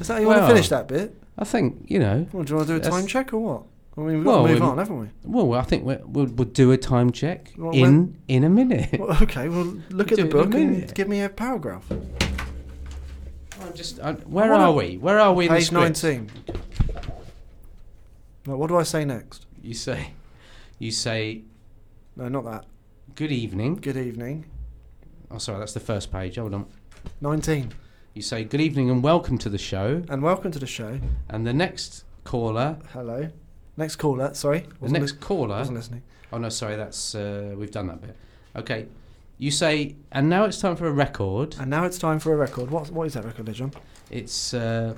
Speaker 7: Is that how you want
Speaker 2: Well-
Speaker 7: to finish that bit?
Speaker 2: I think you know.
Speaker 7: Well, do you want to do a
Speaker 2: That's-
Speaker 7: time check or what? I mean, we've
Speaker 2: Well,
Speaker 7: got to move
Speaker 2: we-
Speaker 7: on, haven't we?
Speaker 2: [LAUGHS] Well, I think we'll, we'll, we'll do a time check
Speaker 7: Well,
Speaker 2: in
Speaker 7: when-
Speaker 2: in a minute.
Speaker 7: [LAUGHS] Well, okay. Well, look at
Speaker 2: Do
Speaker 7: the
Speaker 2: it in a
Speaker 7: book and
Speaker 2: minute.
Speaker 7: give me a paragraph.
Speaker 2: I'm just, i where
Speaker 7: wanna-
Speaker 2: are we? Where are we? In the
Speaker 7: Page
Speaker 2: script?
Speaker 7: nineteen. Now, what do I say next?
Speaker 2: You say, you say,
Speaker 7: No, not that.
Speaker 2: good evening.
Speaker 7: Good evening.
Speaker 2: Oh, sorry, that's the first page. Hold on.
Speaker 7: Nineteen.
Speaker 2: You say good evening and welcome to the show.
Speaker 7: And welcome to the show.
Speaker 2: And the next caller,
Speaker 7: Hello. Next caller. Sorry.
Speaker 2: the
Speaker 7: Wasn't
Speaker 2: next
Speaker 7: lis-
Speaker 2: caller.
Speaker 7: Wasn't listening.
Speaker 2: Oh no, sorry, that's uh, we've done that bit. Okay. You say, and now it's time for a record.
Speaker 7: And now it's time for a record. What what is that record, John?
Speaker 2: It's uh,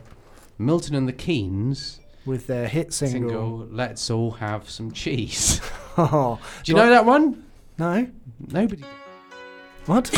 Speaker 2: Milton and the Keens
Speaker 1: with their hit single.
Speaker 2: single "Let's All Have Some Cheese." [LAUGHS]
Speaker 1: [LAUGHS] Oh,
Speaker 2: Do you know that one?
Speaker 1: No.
Speaker 2: Nobody.
Speaker 1: What?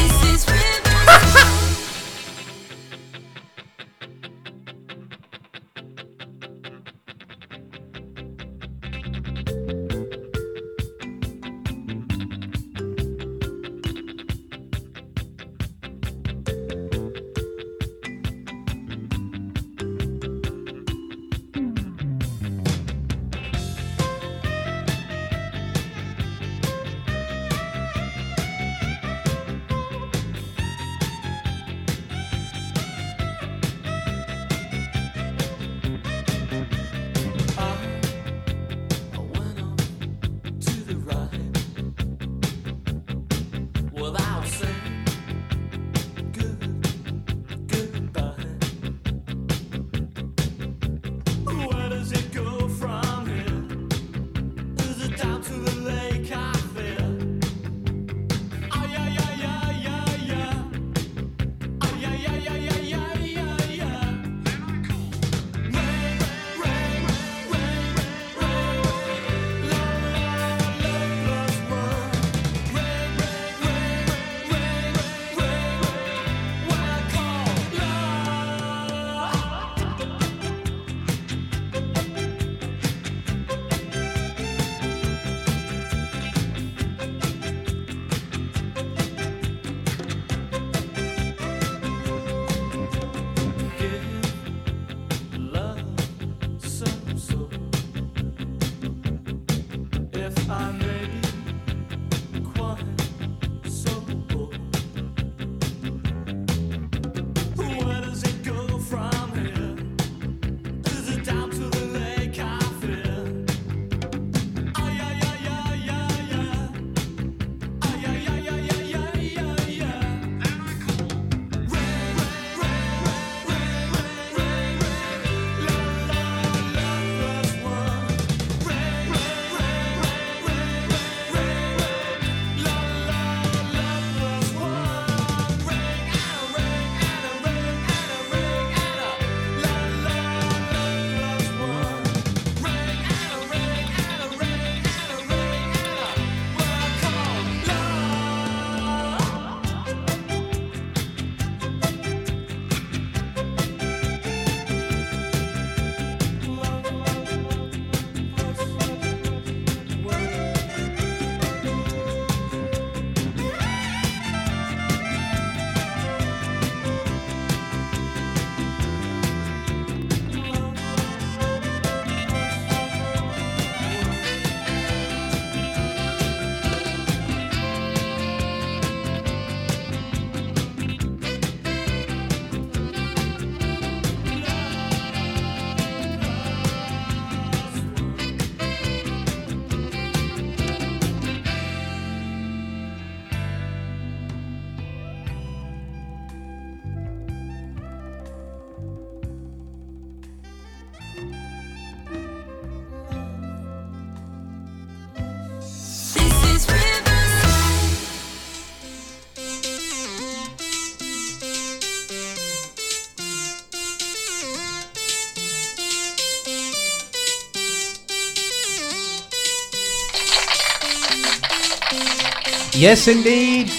Speaker 2: Yes, indeed.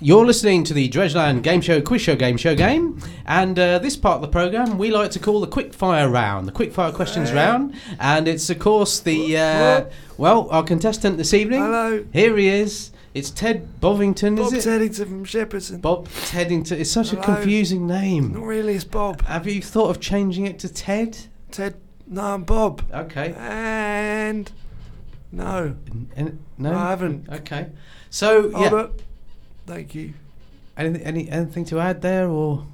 Speaker 2: You're listening to the Dredgeland Game Show Quiz Show Game Show game, and uh, this part of the program we like to call the quick fire round, the quick fire questions round, and it's of course the uh, well our contestant this evening.
Speaker 1: Hello.
Speaker 2: Here he is. It's Ted Bovington,
Speaker 1: Bob
Speaker 2: is it?
Speaker 1: Teddington from Shepperton.
Speaker 2: Bob Teddington. It's such a
Speaker 1: Hello.
Speaker 2: confusing
Speaker 1: Not
Speaker 2: name.
Speaker 1: really, it's Bob.
Speaker 2: Have you thought of changing it to Ted?
Speaker 1: Ted. No, I'm Bob.
Speaker 2: Okay.
Speaker 1: And no,
Speaker 2: And, no,
Speaker 1: No, I haven't.
Speaker 2: Okay. So yeah.
Speaker 1: hold up. Thank you.
Speaker 2: Any, any anything to add there or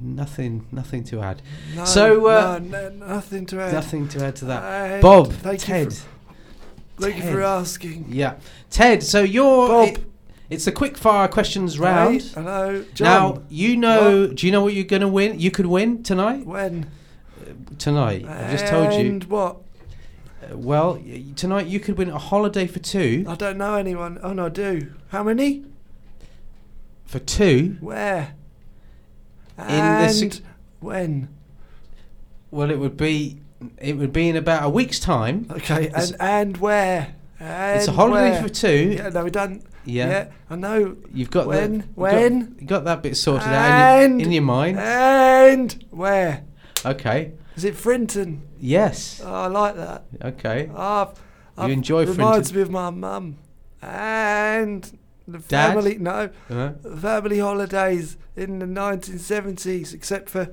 Speaker 2: nothing? Nothing to add.
Speaker 1: No,
Speaker 2: So, uh,
Speaker 1: no, no, nothing to add.
Speaker 2: Nothing to add to that.
Speaker 1: And
Speaker 2: Bob,
Speaker 1: Uh, thank
Speaker 2: Ted.
Speaker 1: You for, thank you
Speaker 2: Ted.
Speaker 1: for asking.
Speaker 2: yeah, Ted. So you're.
Speaker 1: Bob.
Speaker 2: it- it's the quick fire questions round.
Speaker 1: Hey, hello, John.
Speaker 2: now you know. Do you know what you're going to win? You could win tonight.
Speaker 1: when?
Speaker 2: Tonight, I just told you.
Speaker 1: And what?
Speaker 2: Uh, Well, y- tonight you could win a holiday for two.
Speaker 1: I don't know anyone. Oh no, I do. How many?
Speaker 2: For two.
Speaker 1: Where?
Speaker 2: In the
Speaker 1: And
Speaker 2: six-
Speaker 1: When?
Speaker 2: Well, it would be it would be in about a week's time.
Speaker 1: Okay,
Speaker 2: It's-
Speaker 1: and and where? And
Speaker 2: it's a holiday
Speaker 1: where?
Speaker 2: for two.
Speaker 1: Yeah, no, we done.
Speaker 2: Yeah.
Speaker 1: I know.
Speaker 2: You've got
Speaker 1: When?
Speaker 2: that.
Speaker 1: When?
Speaker 2: You got, you got that bit sorted out in
Speaker 1: And- Uh,
Speaker 2: your, in your mind.
Speaker 1: And where?
Speaker 2: Okay.
Speaker 1: Is it Frinton?
Speaker 2: Yes.
Speaker 1: Oh, I like that.
Speaker 2: Okay.
Speaker 1: Ah,
Speaker 2: You
Speaker 1: ah,
Speaker 2: enjoy
Speaker 1: Reminds
Speaker 2: Frinton?
Speaker 1: me of my mum. And the
Speaker 2: Dad?
Speaker 1: family. No,
Speaker 2: Uh,
Speaker 1: family holidays in the 1970s, except for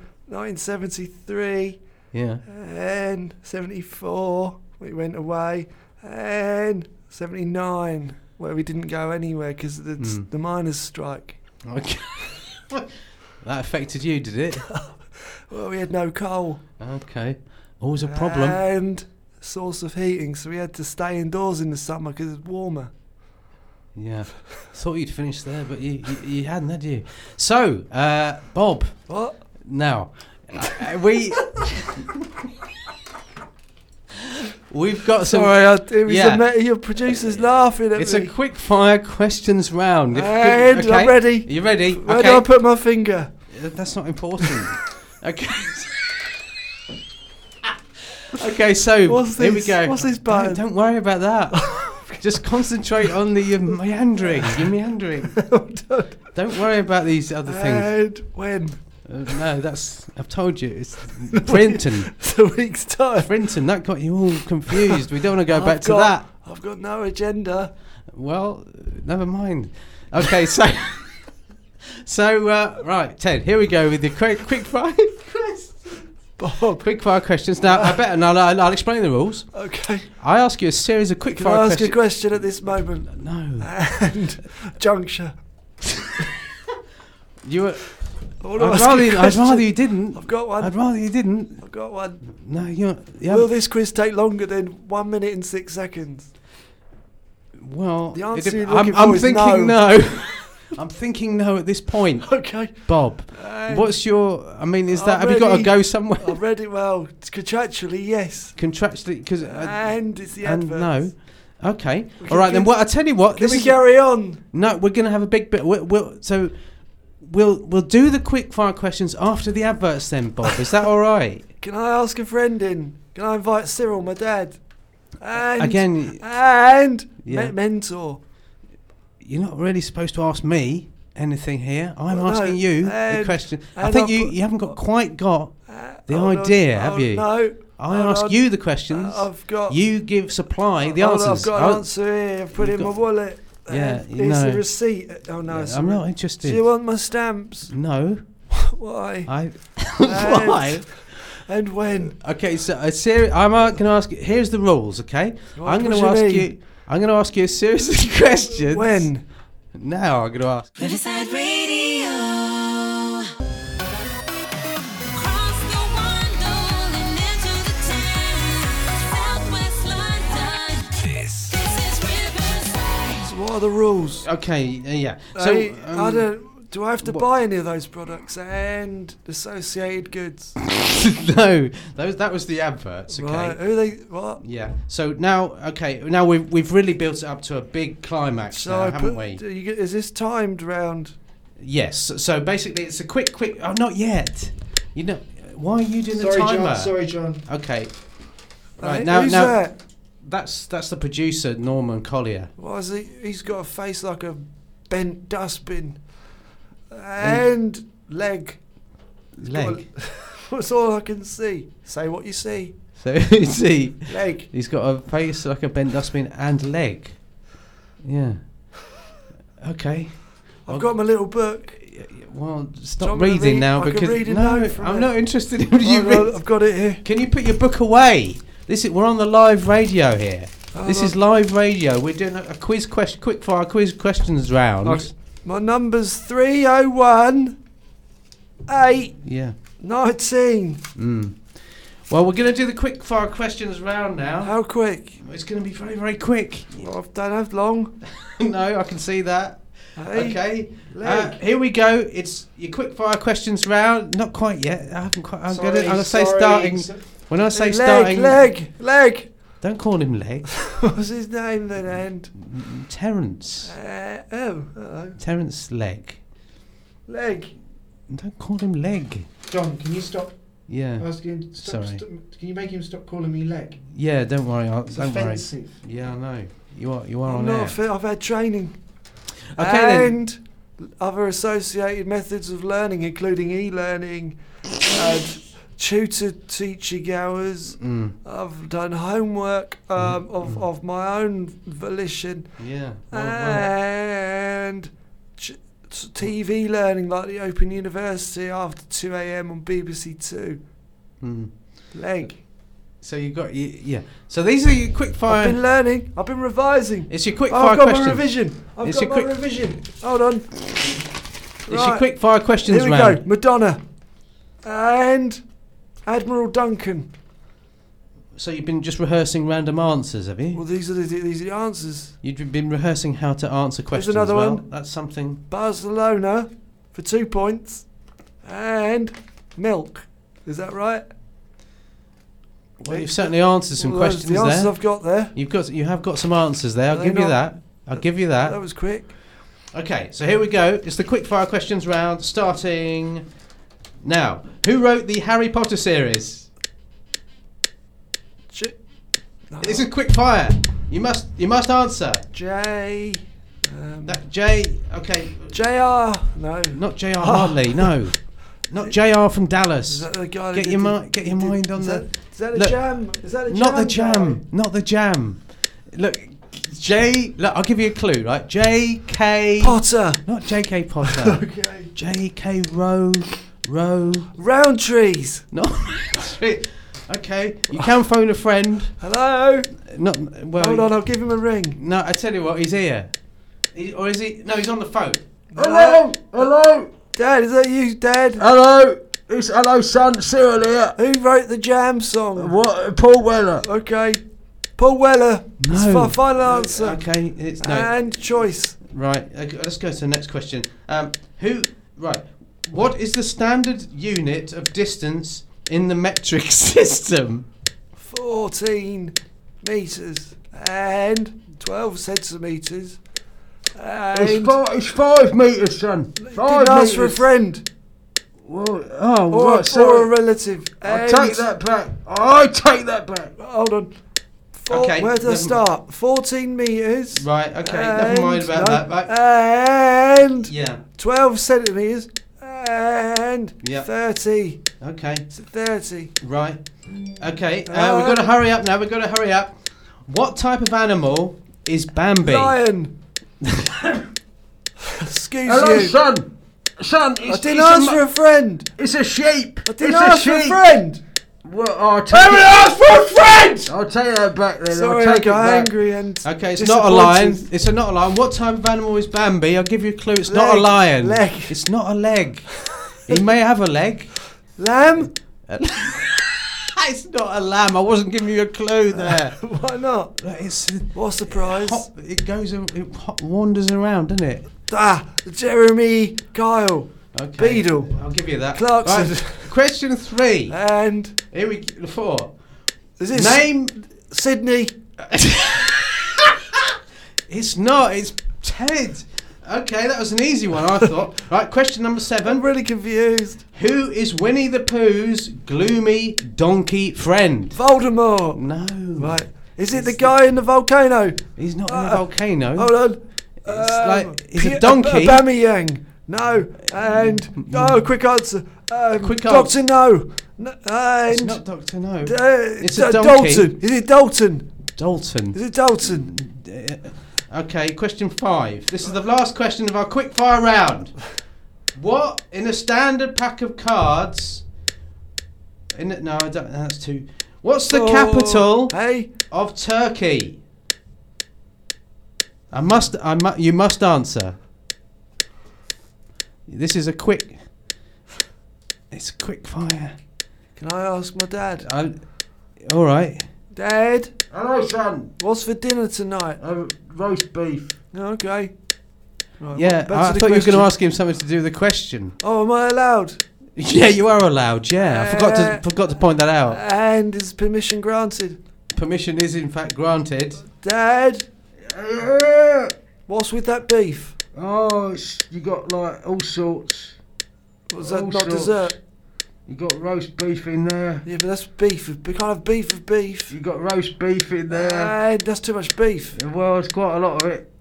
Speaker 1: 1973
Speaker 2: yeah.
Speaker 1: and 74. We went away and 79, where we didn't go anywhere because the,
Speaker 2: Mm.
Speaker 1: the miners' strike.
Speaker 2: Okay. [LAUGHS] that affected you, did it?
Speaker 1: Well, we had no coal.
Speaker 2: Okay. Always a problem.
Speaker 1: And source of heating, so we had to stay indoors in the summer because it's warmer.
Speaker 2: Yeah. Thought you'd finished there, but you you, you hadn't, had you? So, uh, Bob.
Speaker 1: What?
Speaker 2: Now, uh, we [LAUGHS] we've got some.
Speaker 1: Sorry, I, Oh it was
Speaker 2: yeah.
Speaker 1: a me- your producer's laughing at
Speaker 2: It's [LAUGHS]
Speaker 1: me.
Speaker 2: a quick fire questions round. If-
Speaker 1: And I'm ready.
Speaker 2: Are you ready?
Speaker 1: Where
Speaker 2: okay.
Speaker 1: do I put my finger? [LAUGHS]
Speaker 2: Uh, That's not important. [LAUGHS] okay. okay, so
Speaker 1: What's
Speaker 2: here we
Speaker 1: this?
Speaker 2: go.
Speaker 1: What's this
Speaker 2: Don't,
Speaker 1: button?
Speaker 2: don't worry about that. [LAUGHS] Just concentrate on the your meandering. Your meandering. don't worry about these other things.
Speaker 1: And when? [LAUGHS]
Speaker 2: Uh, no, that's I've told you. It's
Speaker 1: [LAUGHS]
Speaker 2: Brinton.
Speaker 1: It's a week's time.
Speaker 2: Brinton. That got you all confused. We don't want to go
Speaker 1: I've
Speaker 2: back to
Speaker 1: got-
Speaker 2: that.
Speaker 1: I've got no agenda.
Speaker 2: Well, never mind. Okay, so [LAUGHS] so uh, right, Ted. Here we go with the quick quick fire [LAUGHS] Oh,
Speaker 1: Bob.
Speaker 2: quick fire questions. Now I better now I'll, I'll explain the rules. [LAUGHS]
Speaker 1: Okay.
Speaker 2: I ask you a series of quick
Speaker 1: Can I
Speaker 2: fire
Speaker 1: ask
Speaker 2: questions.
Speaker 1: a question at this moment?
Speaker 2: no,
Speaker 1: And [LAUGHS] juncture.
Speaker 2: you. Were,
Speaker 1: I want to
Speaker 2: I'd
Speaker 1: ask a
Speaker 2: rather, you- I'd
Speaker 1: question.
Speaker 2: rather you didn't.
Speaker 1: I've got one.
Speaker 2: I'd rather you didn't.
Speaker 1: I've got one.
Speaker 2: No, you're.
Speaker 1: Will
Speaker 2: You haven't-
Speaker 1: this quiz take longer than one minute and six seconds? [LAUGHS]
Speaker 2: well,
Speaker 1: The
Speaker 2: it
Speaker 1: answer
Speaker 2: dep-
Speaker 1: you're
Speaker 2: I'm,
Speaker 1: looking
Speaker 2: I'm
Speaker 1: for is
Speaker 2: thinking
Speaker 1: no. [LAUGHS]
Speaker 2: no. I'm thinking no at this point,
Speaker 1: Okay.
Speaker 2: Bob.
Speaker 1: And
Speaker 2: What's your? I mean, is that?
Speaker 1: I'm
Speaker 2: have you got to
Speaker 1: ready.
Speaker 2: go somewhere? [LAUGHS]
Speaker 1: I've read it well. It's contractually, yes.
Speaker 2: Contractually, uh, because.
Speaker 1: and it's the
Speaker 2: and
Speaker 1: advert.
Speaker 2: no. Okay.
Speaker 1: can-
Speaker 2: All right then.
Speaker 1: can-
Speaker 2: Well, I tell you what.
Speaker 1: Can
Speaker 2: this
Speaker 1: we
Speaker 2: is-
Speaker 1: carry on?
Speaker 2: No, we're going to have a big bit. We'll, we'll so we'll we'll do the quick fire questions after the adverts. Then, Bob, is that all right?
Speaker 1: Can I ask a friend in? Can I invite Cyril, my dad? [LAUGHS] And
Speaker 2: Again,
Speaker 1: and me-
Speaker 2: Yeah.
Speaker 1: mentor.
Speaker 2: you're not really supposed to ask me anything here.
Speaker 1: Well,
Speaker 2: I'm
Speaker 1: no,
Speaker 2: asking you the
Speaker 1: and-
Speaker 2: question. I
Speaker 1: and
Speaker 2: think
Speaker 1: I've
Speaker 2: you
Speaker 1: got-
Speaker 2: you haven't got quite got.
Speaker 1: Uh,
Speaker 2: The
Speaker 1: hold
Speaker 2: idea,
Speaker 1: on,
Speaker 2: have
Speaker 1: hold-
Speaker 2: you?
Speaker 1: No.
Speaker 2: I
Speaker 1: hold
Speaker 2: ask
Speaker 1: on.
Speaker 2: you the questions.
Speaker 1: Uh, I've got.
Speaker 2: you give supply the
Speaker 1: hold on,
Speaker 2: answers.
Speaker 1: I've got an
Speaker 2: Oh,
Speaker 1: answer here. I've put it
Speaker 2: You've
Speaker 1: in my
Speaker 2: got-
Speaker 1: wallet. Uh,
Speaker 2: Yeah, you
Speaker 1: Here's
Speaker 2: know.
Speaker 1: the receipt. Oh no,
Speaker 2: yeah,
Speaker 1: it's
Speaker 2: I'm
Speaker 1: a-
Speaker 2: not
Speaker 1: Do
Speaker 2: interested.
Speaker 1: you want my
Speaker 2: [LAUGHS]
Speaker 1: stamps?
Speaker 2: no,
Speaker 1: Why?
Speaker 2: I.
Speaker 1: And-
Speaker 2: [LAUGHS] Why?
Speaker 1: And when?
Speaker 2: Okay, so a seri- I'm going to ask. Here's the rules, okay?
Speaker 1: What-
Speaker 2: I'm going
Speaker 1: what do you
Speaker 2: to ask
Speaker 1: mean?
Speaker 2: you. I'm going to ask you a series of [LAUGHS] questions.
Speaker 1: When?
Speaker 2: Now I'm going to ask.
Speaker 8: Riverside Radio. Cross the Wandle and into the town. Southwest London. This, is Riverside.
Speaker 1: So what are the rules?
Speaker 2: Okay, uh, yeah. So
Speaker 1: I, I
Speaker 2: um,
Speaker 1: don't. Do I have to
Speaker 2: what-
Speaker 1: buy any of those products and associated goods?
Speaker 2: [LAUGHS] no, that was, that was the adverts. Okay.
Speaker 1: Right? Who they? What?
Speaker 2: Yeah. So now, okay, now we've we've really built it up to a big climax,
Speaker 1: So
Speaker 2: now,
Speaker 1: I
Speaker 2: haven't
Speaker 1: put,
Speaker 2: we?
Speaker 1: do you get- is this timed round?
Speaker 2: yes. So basically, it's a quick, quick. Oh, not yet. You know, why are you doing the timer?
Speaker 1: John.
Speaker 2: Okay, Right,
Speaker 1: Right,
Speaker 2: now-
Speaker 1: who's
Speaker 2: now-
Speaker 1: that?
Speaker 2: that's that's the producer Norman Collier.
Speaker 1: Why is he? He's got a face like a bent dustbin, and leg. got a- [LAUGHS]
Speaker 2: Leg.
Speaker 1: That's all I can see. Say what you see.
Speaker 2: So [LAUGHS] you see,
Speaker 1: Leg.
Speaker 2: he's got a face like a bent dustbin and leg. Yeah. Okay.
Speaker 1: I've got my little book.
Speaker 2: Y- y- Well,
Speaker 1: Do you
Speaker 2: stop
Speaker 1: want me to
Speaker 2: reading
Speaker 1: read-
Speaker 2: now
Speaker 1: I can
Speaker 2: because
Speaker 1: read a
Speaker 2: no,
Speaker 1: note from Oh,
Speaker 2: I'm
Speaker 1: it.
Speaker 2: not interested in [LAUGHS] what you
Speaker 1: I've got-
Speaker 2: read.
Speaker 1: I've got it here.
Speaker 2: Can you put your book away? This is, we're on the live radio here.
Speaker 1: Oh,
Speaker 2: this is live radio. We're doing a, a quiz question, quick fire quiz questions round.
Speaker 1: Okay. My number's 301 8
Speaker 2: Yeah.
Speaker 1: 19.
Speaker 2: Mm. Well, we're going to do the quick fire questions round now.
Speaker 1: How quick?
Speaker 2: It's going to be very, very quick. [LAUGHS]
Speaker 1: Well, I've done have long.
Speaker 2: no, I can see that.
Speaker 1: Hey,
Speaker 2: Okay. Uh,
Speaker 1: leg.
Speaker 2: here we go. It's your quick fire questions round. Not quite yet. I haven't quite. I'm going to. I'm
Speaker 3: Sorry,
Speaker 2: going to say
Speaker 3: sorry.
Speaker 2: starting. When I say
Speaker 1: leg,
Speaker 2: starting,
Speaker 1: leg, leg. [LAUGHS]
Speaker 2: don't call him leg.
Speaker 1: What's his name then? And
Speaker 2: Terence.
Speaker 1: uh, oh, hello.
Speaker 2: Terence Leg.
Speaker 1: leg.
Speaker 2: Don't call him leg.
Speaker 9: John, can you stop
Speaker 2: Yeah.
Speaker 9: asking?
Speaker 2: stop- Sorry. stop-
Speaker 9: can you make him stop calling me leg?
Speaker 2: Yeah, don't worry. I'll, don't worry. Yeah, I know. You are you are
Speaker 1: I'm
Speaker 2: on
Speaker 1: not
Speaker 2: air.
Speaker 1: fit. I've had training
Speaker 2: Okay then.
Speaker 1: and other associated methods of learning, including e-learning and tutor teaching hours.
Speaker 2: Mm,
Speaker 1: I've done homework um, of
Speaker 2: Mm-hmm.
Speaker 1: of my own volition
Speaker 2: yeah. Well,
Speaker 1: Uh,
Speaker 2: well.
Speaker 1: and ch- TV learning like the Open University after 2 a.m. on BBC Two.
Speaker 2: Mm.
Speaker 1: Leg.
Speaker 2: So you got y- yeah. So these are your quick
Speaker 1: I've been
Speaker 2: fire.
Speaker 1: learning. I've been revising.
Speaker 2: It's your quick
Speaker 1: Oh,
Speaker 2: fire
Speaker 1: I've got
Speaker 2: questions.
Speaker 1: my revision. I've
Speaker 2: It's
Speaker 1: got
Speaker 2: your
Speaker 1: my
Speaker 2: quick-
Speaker 1: revision. Hold on.
Speaker 2: It's your
Speaker 1: Right.
Speaker 2: quick fire questions
Speaker 1: Here we
Speaker 2: round.
Speaker 1: go. Madonna and Admiral Duncan.
Speaker 2: So you've been just rehearsing random answers, have you?
Speaker 1: Well, these are the these are the answers.
Speaker 2: You've been rehearsing how to answer questions.
Speaker 1: another
Speaker 2: well.
Speaker 1: one.
Speaker 2: That's something.
Speaker 1: Barcelona for two points and milk. Is that right?
Speaker 2: Well, you've certainly answered some
Speaker 1: Well, those are the
Speaker 2: questions
Speaker 1: answers
Speaker 2: there.
Speaker 1: I've got there.
Speaker 2: You've got you have got some answers there. I'll
Speaker 1: They're
Speaker 2: give you
Speaker 1: not-
Speaker 2: that. I'll give you that.
Speaker 1: That was quick.
Speaker 2: Okay, so here we go. It's the quick fire questions round, starting now. Who wrote the Harry Potter series?
Speaker 1: J. No.
Speaker 2: This is quick fire. You must you must answer.
Speaker 1: J. Um,
Speaker 2: That J. Okay,
Speaker 1: J.R. No.
Speaker 2: not J.R.
Speaker 1: [LAUGHS]
Speaker 2: Hartley. No, not J.R.
Speaker 1: Ah.
Speaker 2: from
Speaker 1: Is
Speaker 2: Dallas.
Speaker 1: that the guy that
Speaker 2: Get
Speaker 1: did
Speaker 2: your
Speaker 1: the-
Speaker 2: mi- get your
Speaker 1: did-
Speaker 2: mind on
Speaker 1: is
Speaker 2: the.
Speaker 1: that- Is that a
Speaker 2: Look,
Speaker 1: jam? Is that a jam?
Speaker 2: Not the
Speaker 1: guy?
Speaker 2: jam. Not the jam. Look, J. Look, I'll give you a clue. Right, J.K.
Speaker 1: Potter.
Speaker 2: Not J.K. Potter.
Speaker 1: [LAUGHS] Okay.
Speaker 2: J.K. Rowe. Rowe.
Speaker 1: Round trees.
Speaker 2: No. [LAUGHS] okay. You can phone a friend.
Speaker 1: Hello.
Speaker 2: Not well.
Speaker 1: Hold on, I'll give him a ring.
Speaker 2: No, I tell you what, he's here. He, or is he? No, he's on the phone.
Speaker 1: Hello. Hello. Dad, is that you, Dad?
Speaker 3: Hello, it's hello, son. Cyril here.
Speaker 1: Who wrote the jam song?
Speaker 3: What? Paul Weller.
Speaker 1: Okay. Paul Weller. It's
Speaker 2: No.
Speaker 1: fi- final answer.
Speaker 2: Okay. It's no.
Speaker 1: And choice.
Speaker 2: right. Okay, let's go to the next question. Um, who? Right. What is the standard unit of distance in the metric [LAUGHS] system?
Speaker 1: 14 metres and 12 centimetres. And
Speaker 3: It's five, it's five metres, son. Five
Speaker 1: didn't ask for a
Speaker 3: metres.
Speaker 1: friend
Speaker 3: Well, oh,
Speaker 1: or,
Speaker 3: right,
Speaker 1: a, or a
Speaker 3: sorry.
Speaker 1: relative.
Speaker 3: I
Speaker 1: And-
Speaker 3: take that back. I take that back.
Speaker 1: Hold on. Four,
Speaker 2: Okay,
Speaker 1: Where did I
Speaker 2: never-
Speaker 1: start? 14 metres.
Speaker 2: Right. Okay.
Speaker 1: Um,
Speaker 2: never mind about that. Right.
Speaker 1: uh, And
Speaker 2: yeah.
Speaker 1: 12 centimetres. And
Speaker 2: Yeah.
Speaker 1: 30.
Speaker 2: Okay.
Speaker 1: It's 30.
Speaker 2: Right. Okay. Uh,
Speaker 1: Um,
Speaker 2: we've got to hurry up now. We've got to hurry up. What type of animal is Bambi? [LAUGHS]
Speaker 1: Lion. Excuse
Speaker 3: Hello,
Speaker 1: you.
Speaker 3: son. Son,
Speaker 1: I
Speaker 3: it's,
Speaker 1: didn't
Speaker 3: it's,
Speaker 1: ask
Speaker 3: a,
Speaker 1: for
Speaker 3: mu-
Speaker 1: a friend.
Speaker 3: it's a sheep.
Speaker 1: I didn't
Speaker 3: it's
Speaker 1: ask
Speaker 3: a
Speaker 1: for a
Speaker 3: sheep.
Speaker 1: friend.
Speaker 3: Well, I'll take it.
Speaker 1: for a friend.
Speaker 3: I'll take that back then.
Speaker 1: Sorry,
Speaker 3: I'll
Speaker 1: I
Speaker 3: take it
Speaker 1: got
Speaker 3: back.
Speaker 1: angry and.
Speaker 2: Okay, it's not a lion.
Speaker 1: disappointed.
Speaker 2: It's a not a lion. What type of animal is Bambi? I'll give you a clue. It's not
Speaker 1: Leg,
Speaker 2: a lion.
Speaker 1: leg.
Speaker 2: It's not
Speaker 1: [LAUGHS]
Speaker 2: a leg. he may have a leg. [LAUGHS]
Speaker 1: Lamb?
Speaker 2: It's not a lamb. I wasn't giving you a
Speaker 1: Uh,
Speaker 2: clue
Speaker 1: [LAUGHS]
Speaker 2: there.
Speaker 1: Why not?
Speaker 2: But it's
Speaker 1: What a surprise?
Speaker 2: hop, it goes. a- It hop, wanders around, doesn't it?
Speaker 1: Ah, Jeremy Kyle
Speaker 2: Okay.
Speaker 1: Beadle.
Speaker 2: I'll give you that.
Speaker 1: Clarkson.
Speaker 2: Right, Question three.
Speaker 1: and
Speaker 2: Here we g- four.
Speaker 1: is it
Speaker 2: Name.
Speaker 1: Sydney?
Speaker 2: It's not. It's Ted. Okay, that was an easy one. I thought. [LAUGHS] right. Question number seven.
Speaker 1: I'm really confused.
Speaker 2: Who is Winnie the Pooh's gloomy donkey friend?
Speaker 1: Voldemort.
Speaker 2: No.
Speaker 1: Right. Is it the guy in the volcano?
Speaker 2: He's not in a
Speaker 1: Uh,
Speaker 2: volcano.
Speaker 1: Hold on.
Speaker 2: Oh. It's
Speaker 1: Um,
Speaker 2: like- it's a
Speaker 1: P- [LAUGHS]
Speaker 2: donkey. Mm.
Speaker 1: Aubameyang. No. And oh, quick answer. Um,
Speaker 2: Quick
Speaker 1: Doctor
Speaker 2: answer.
Speaker 1: No. no
Speaker 2: It's
Speaker 1: and
Speaker 2: not Doctor No.
Speaker 1: uh,
Speaker 2: It's a
Speaker 1: D-
Speaker 2: donkey.
Speaker 1: Dalton. Is it Dalton? Is
Speaker 2: Dalton.
Speaker 1: it Dalton?
Speaker 2: Okay, question five. This is the last question of our quick fire round. What in a standard pack of cards? In a, no, I don't, that's too. What's the
Speaker 1: Oh,
Speaker 2: capital
Speaker 1: Hey,
Speaker 2: of Turkey? I must. I mu- You must answer. This is a quick. It's a quick fire.
Speaker 1: can I ask my dad?
Speaker 2: I, all right.
Speaker 1: Dad,
Speaker 3: Hello, son.
Speaker 1: what's for dinner tonight?
Speaker 3: Uh, roast beef.
Speaker 1: Okay. Right,
Speaker 2: Yeah,
Speaker 1: back to
Speaker 2: I, I
Speaker 1: the
Speaker 2: thought you were going
Speaker 1: question.
Speaker 2: to ask him something to do with the
Speaker 1: [LAUGHS]
Speaker 2: question.
Speaker 1: Oh, am I allowed?
Speaker 2: Yeah, you are allowed. Yeah, I forgot
Speaker 1: Uh,
Speaker 2: to forgot to point that out.
Speaker 1: And is permission granted?
Speaker 2: Permission is in fact granted.
Speaker 1: Dad,
Speaker 3: Uh,
Speaker 1: what's with that beef?
Speaker 3: Oh, it's, you got like all sorts.
Speaker 10: Was that
Speaker 3: All
Speaker 10: not
Speaker 3: sorts.
Speaker 10: dessert?
Speaker 3: You got roast beef in there.
Speaker 10: Yeah, but that's beef. We can't have beef with beef.
Speaker 3: You got roast beef in there.
Speaker 10: Ah, that's too much beef.
Speaker 3: Well, it's quite a lot of it.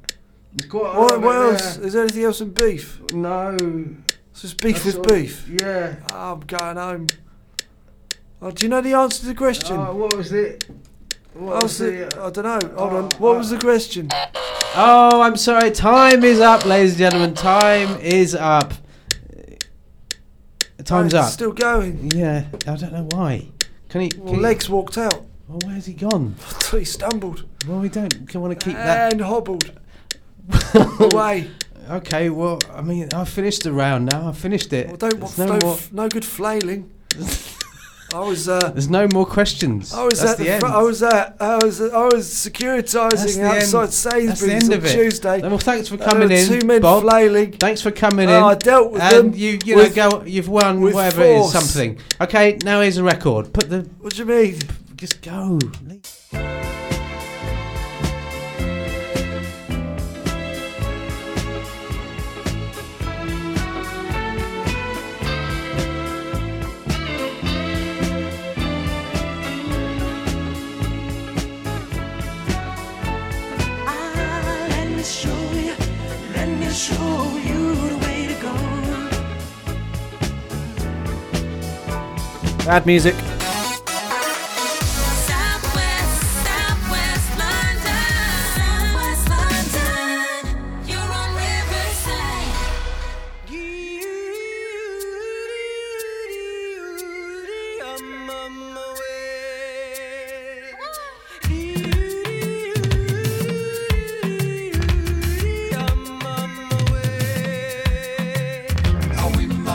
Speaker 3: It's quite a
Speaker 10: What,
Speaker 3: lot
Speaker 10: what
Speaker 3: of it
Speaker 10: else? Is there anything else in beef?
Speaker 3: there. No.
Speaker 10: It's just beef
Speaker 3: That's
Speaker 10: with
Speaker 3: all-
Speaker 10: beef.
Speaker 3: Yeah.
Speaker 10: Ah, I'm going home. Oh, do you know the answer to the question?
Speaker 3: Oh, what was it? What
Speaker 10: What was
Speaker 3: the?
Speaker 10: the, I don't know. Hold on.
Speaker 3: oh,
Speaker 10: What
Speaker 3: oh.
Speaker 10: was the question?
Speaker 11: Oh, I'm sorry. Time is up, ladies and gentlemen. Time is up. Time's
Speaker 10: Oh, it's
Speaker 11: up.
Speaker 10: Still going.
Speaker 11: Yeah, I don't know why. Can he? Can
Speaker 10: Well,
Speaker 11: he-
Speaker 10: legs walked out. [LAUGHS]
Speaker 11: well, where's he gone?
Speaker 10: he stumbled
Speaker 11: Well, we don't want to keep that.
Speaker 10: and hobbled
Speaker 11: [LAUGHS]
Speaker 10: away.
Speaker 11: okay, well, I mean, I finished the round now. I finished it.
Speaker 10: Well, don't
Speaker 11: there's
Speaker 10: want
Speaker 11: no
Speaker 10: no,
Speaker 11: more.
Speaker 10: f- no
Speaker 11: [LAUGHS]
Speaker 10: good flailing. I was. Uh,
Speaker 11: There's no more questions.
Speaker 10: I was
Speaker 11: That's
Speaker 10: at
Speaker 11: the,
Speaker 10: Oh, the,
Speaker 11: end.
Speaker 10: front. I was at. I was. I was
Speaker 11: That's
Speaker 10: securitising
Speaker 11: the end.
Speaker 10: outside
Speaker 11: That's the
Speaker 10: Sainsbury's
Speaker 11: end
Speaker 10: on
Speaker 11: of it.
Speaker 10: Tuesday.
Speaker 11: Well, thanks for
Speaker 10: And there
Speaker 11: coming
Speaker 10: were
Speaker 11: in,
Speaker 10: Two men
Speaker 11: Bob.
Speaker 10: flailing.
Speaker 11: Thanks for coming in.
Speaker 10: Oh, I dealt with
Speaker 11: and
Speaker 10: them.
Speaker 11: you, you
Speaker 10: with,
Speaker 11: know, go. You've won
Speaker 10: with
Speaker 11: whatever it is,
Speaker 10: force.
Speaker 11: something. Okay, now here's a record. Put the.
Speaker 10: What do you mean?
Speaker 11: Just go. Leave.
Speaker 12: Ah, let me show you, let me show you the way to go.
Speaker 1: Bad music.
Speaker 12: Southwest, Southwest London, Southwest London. You're on Riverside.
Speaker 8: I'm on my way. I'm on my way.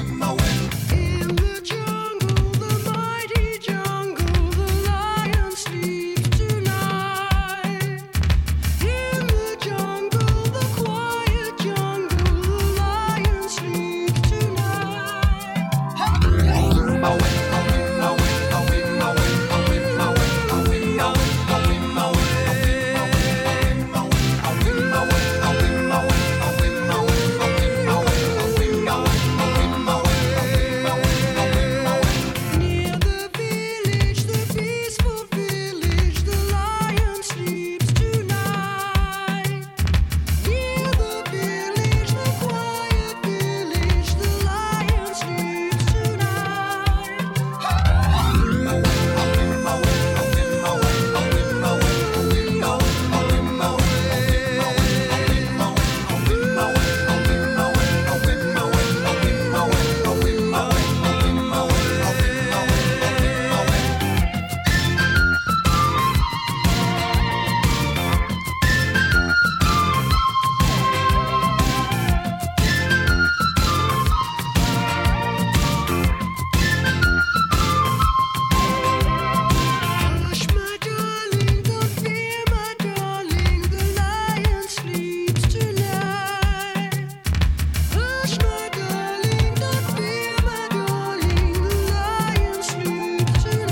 Speaker 8: In the jungle, the mighty jungle, the lion sleeps tonight. In the jungle, the quiet jungle, the lion sleeps tonight. Near the village, the peaceful village, the lion sleeps tonight. Near the village, the quiet village, the lion sleeps Hush, my darling, don't fear, my darling, the lion sleeps tonight. Hush, my darling, don't fear, my darling, the lion sleeps tonight.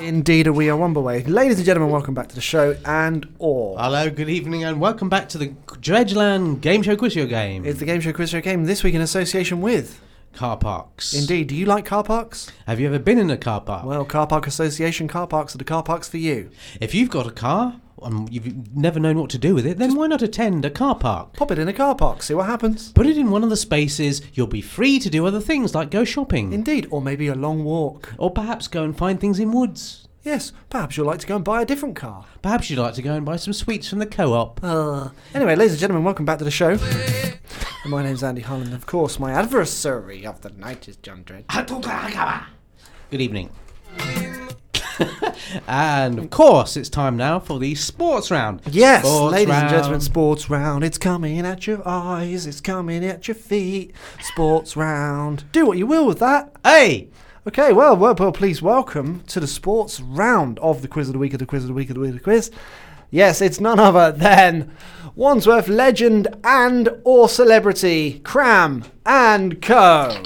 Speaker 1: Indeed, we are one way. Ladies and gentlemen, welcome back to the show and or.
Speaker 2: Hello, good evening, and welcome back to the Dredgeland Game Show Quiz Show game.
Speaker 1: it's the game show quiz show game this week in association with.
Speaker 2: car parks.
Speaker 1: Indeed, do you like car parks?
Speaker 2: Have you ever been in a car park?
Speaker 1: Well, Car Park Association car parks are the car parks for you.
Speaker 2: if you've got a car and you've never known what to do with it, then why not attend a car park?
Speaker 1: Pop it in a car park, see what happens.
Speaker 2: Put it in one of the spaces. You'll be free to do other things like go shopping,
Speaker 1: Indeed, or maybe a long walk.
Speaker 2: or perhaps go and find things in woods.
Speaker 1: Yes, perhaps you'll like to go and buy a different car.
Speaker 2: Perhaps you'd like to go and buy some sweets from the co-op.
Speaker 1: Uh, anyway, ladies and gentlemen, welcome back to the show. And My name's Andy Harland. Of course, my adversary of the night is John Dredd.
Speaker 2: Good evening. [LAUGHS] and of course, it's time now for the sports round.
Speaker 1: Yes,
Speaker 2: Sports
Speaker 1: ladies and gentlemen,
Speaker 2: round.
Speaker 1: sports round. It's coming at your eyes. It's coming at your feet. Sports round. Do what you will with that.
Speaker 2: Hey,
Speaker 1: Okay, well, well, well, please welcome to the sports round of the quiz of the week of the quiz of the week of the week of the quiz. Yes, it's none other than Wandsworth legend and or celebrity Cram and Co.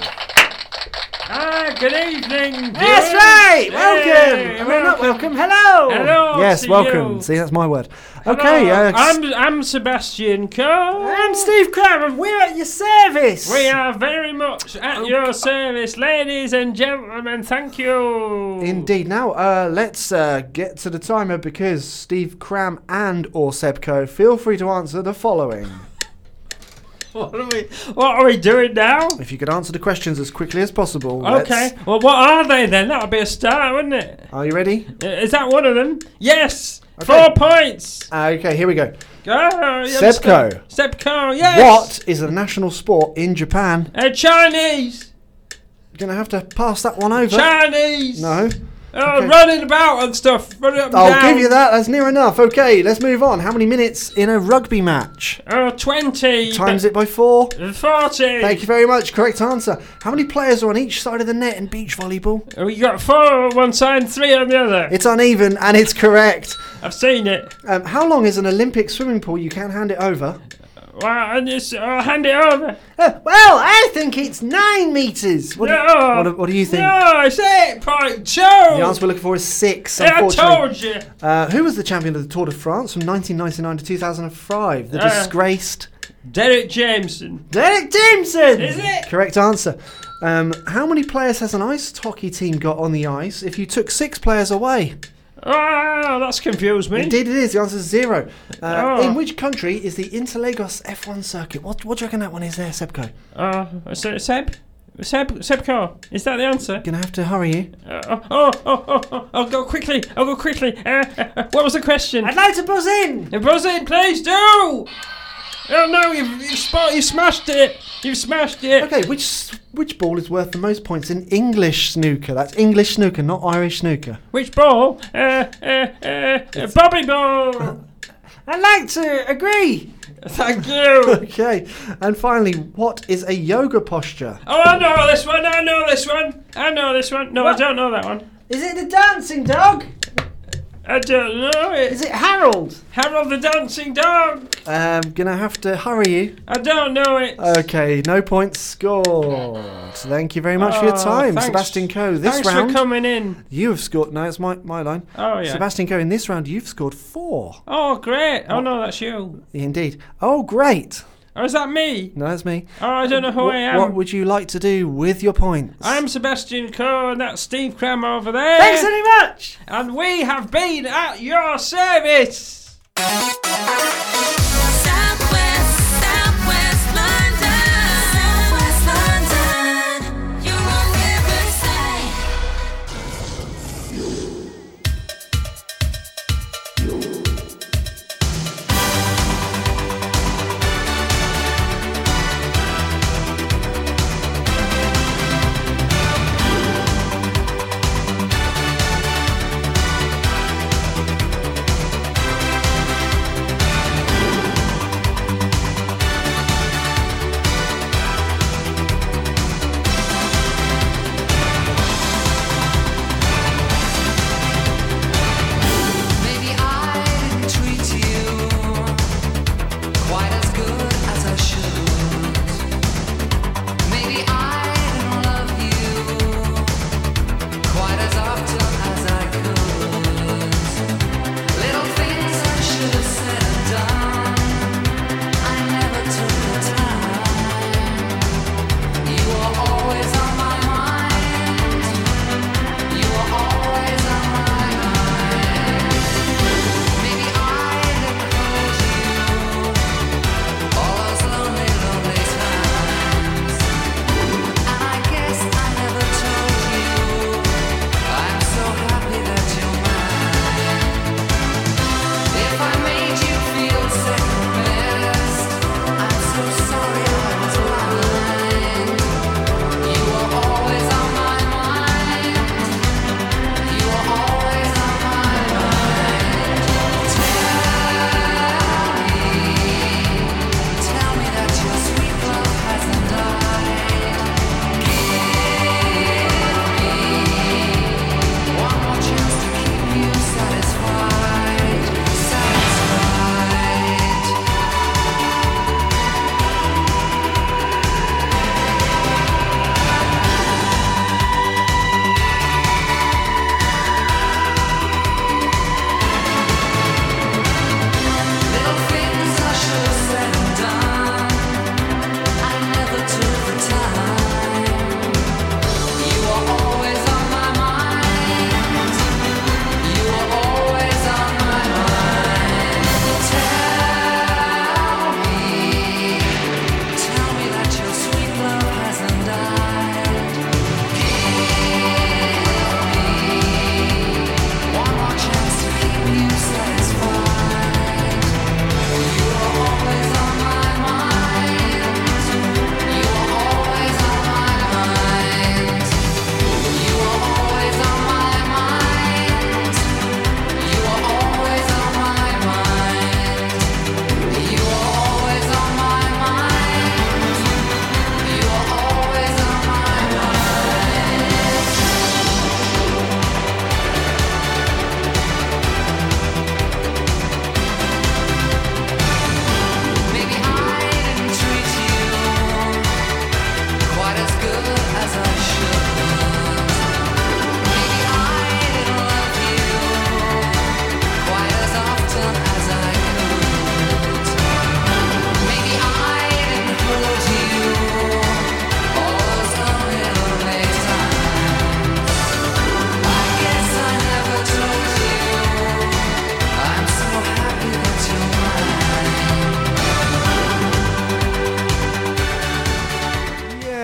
Speaker 3: Ah, good evening.
Speaker 1: That's
Speaker 3: viewers.
Speaker 1: right. Welcome.
Speaker 3: Hey,
Speaker 1: I mean, not welcome. Hello.
Speaker 3: Hello
Speaker 1: Yes,
Speaker 3: to
Speaker 1: welcome.
Speaker 3: you.
Speaker 1: See, that's my word.
Speaker 3: Hello,
Speaker 1: Okay. Uh, s-
Speaker 3: I'm, I'm Sebastian Cole.
Speaker 1: I'm Steve Cram, and we're at your service.
Speaker 3: We are very much at
Speaker 10: Oh.
Speaker 3: your service, ladies and gentlemen. Thank you.
Speaker 1: Indeed. Now, uh, let's uh, get to the timer because Steve Cram and or Sebco, feel free to answer the following.
Speaker 3: What are we, what are we doing now?
Speaker 1: If you could answer the questions as quickly as possible. let's-
Speaker 3: Okay. Well, what are they then? That'll be a start, wouldn't it?
Speaker 1: Are you ready?
Speaker 3: I- Is that one of them? Yes.
Speaker 1: Okay.
Speaker 3: Four points.
Speaker 1: Uh, okay, here we go.
Speaker 3: Oh, I'm
Speaker 1: Sepco.
Speaker 3: st- Sepco. Yes.
Speaker 1: What is a national sport in Japan?
Speaker 3: A Chinese.
Speaker 1: You're going to have to pass that one over.
Speaker 3: Chinese.
Speaker 1: no.
Speaker 3: Oh,
Speaker 1: okay.
Speaker 3: running about and stuff. Running up and
Speaker 1: I'll
Speaker 3: down.
Speaker 1: give you that. That's near enough. Okay, let's move on. How many minutes in a rugby match?
Speaker 3: Oh, 20.
Speaker 1: Times it by four.
Speaker 3: Uh, 40.
Speaker 1: Thank you very much. Correct answer. How many players are on each side of the net in beach volleyball?
Speaker 3: We got four on one side and three on the other.
Speaker 1: It's uneven and it's correct.
Speaker 3: I've seen it.
Speaker 1: Um, how long is an Olympic swimming pool? You can hand it over.
Speaker 3: Wow, and it's, uh, hand it over.
Speaker 1: Uh, well, I think it's nine meters. What, do,
Speaker 3: No.
Speaker 1: what, do, what do you think?
Speaker 3: No, it's 8.2.
Speaker 1: The answer we're looking for is six.
Speaker 3: Yeah, I
Speaker 1: Unfortunately,
Speaker 3: told you.
Speaker 1: Uh, who was the champion of the Tour de France from 1999 to 2005? The
Speaker 3: Uh.
Speaker 1: disgraced
Speaker 3: Derek Jameson.
Speaker 1: Derek Jameson.
Speaker 3: Is it?
Speaker 1: Correct answer. Um, how many players has an ice hockey team got on the ice if you took six players away?
Speaker 3: Oh, that's confused me.
Speaker 1: Indeed, it is. The answer is zero. Uh,
Speaker 3: Oh.
Speaker 1: In which country is the Interlagos F1 circuit? What, what do you reckon that one is there, Sebco?
Speaker 3: Uh, Se- Seb? Seb? Sebco? Is that the answer?
Speaker 1: Gonna have to hurry you.
Speaker 3: Uh, oh, oh, oh, oh, oh, I'll go quickly. I'll go quickly. Uh, uh, uh, what was the question?
Speaker 1: I'd like to buzz in.
Speaker 3: Uh, Buzz in, please do! Oh no, you've, you've, spot, you've smashed it! You've smashed it!
Speaker 1: Okay, which s- which ball is worth the most points in English snooker? That's English snooker, not Irish snooker.
Speaker 3: Which ball? Uh, uh, uh, uh, Bobby
Speaker 1: [LAUGHS]
Speaker 3: ball!
Speaker 1: I'd like to agree.
Speaker 3: Thank you!
Speaker 1: [LAUGHS] Okay, and finally, what is a yoga posture?
Speaker 3: Oh, I know this one, I know this one! I know this one! No, I don't know that one.
Speaker 1: Is it the dancing dog?
Speaker 3: I don't know it.
Speaker 1: it Harold?
Speaker 3: Harold the Dancing Dog!
Speaker 1: Um, gonna have to hurry you.
Speaker 3: I don't know it.
Speaker 1: Okay, no points scored. Thank you very much for your
Speaker 3: Oh,
Speaker 1: time,
Speaker 3: thanks.
Speaker 1: Sebastian Coe. This
Speaker 3: Thanks
Speaker 1: round,
Speaker 3: for coming in.
Speaker 1: you have scored. No, it's my my line.
Speaker 3: Oh, yeah.
Speaker 1: Sebastian Coe, in this round, you've scored four.
Speaker 3: Oh, great. Oh, no, that's you.
Speaker 1: Indeed. Oh, great.
Speaker 3: Oh, is that me?
Speaker 1: No, that's me.
Speaker 3: Oh, I don't know who
Speaker 1: what,
Speaker 3: I
Speaker 1: what
Speaker 3: am.
Speaker 1: would you like to do with your points?
Speaker 3: I'm Sebastian Coe, and that's Steve Cram over there.
Speaker 1: much.
Speaker 3: and we have been at your service.
Speaker 8: Southwest, Southwest London, Southwest London. You're on Riverside.
Speaker 4: Riverside.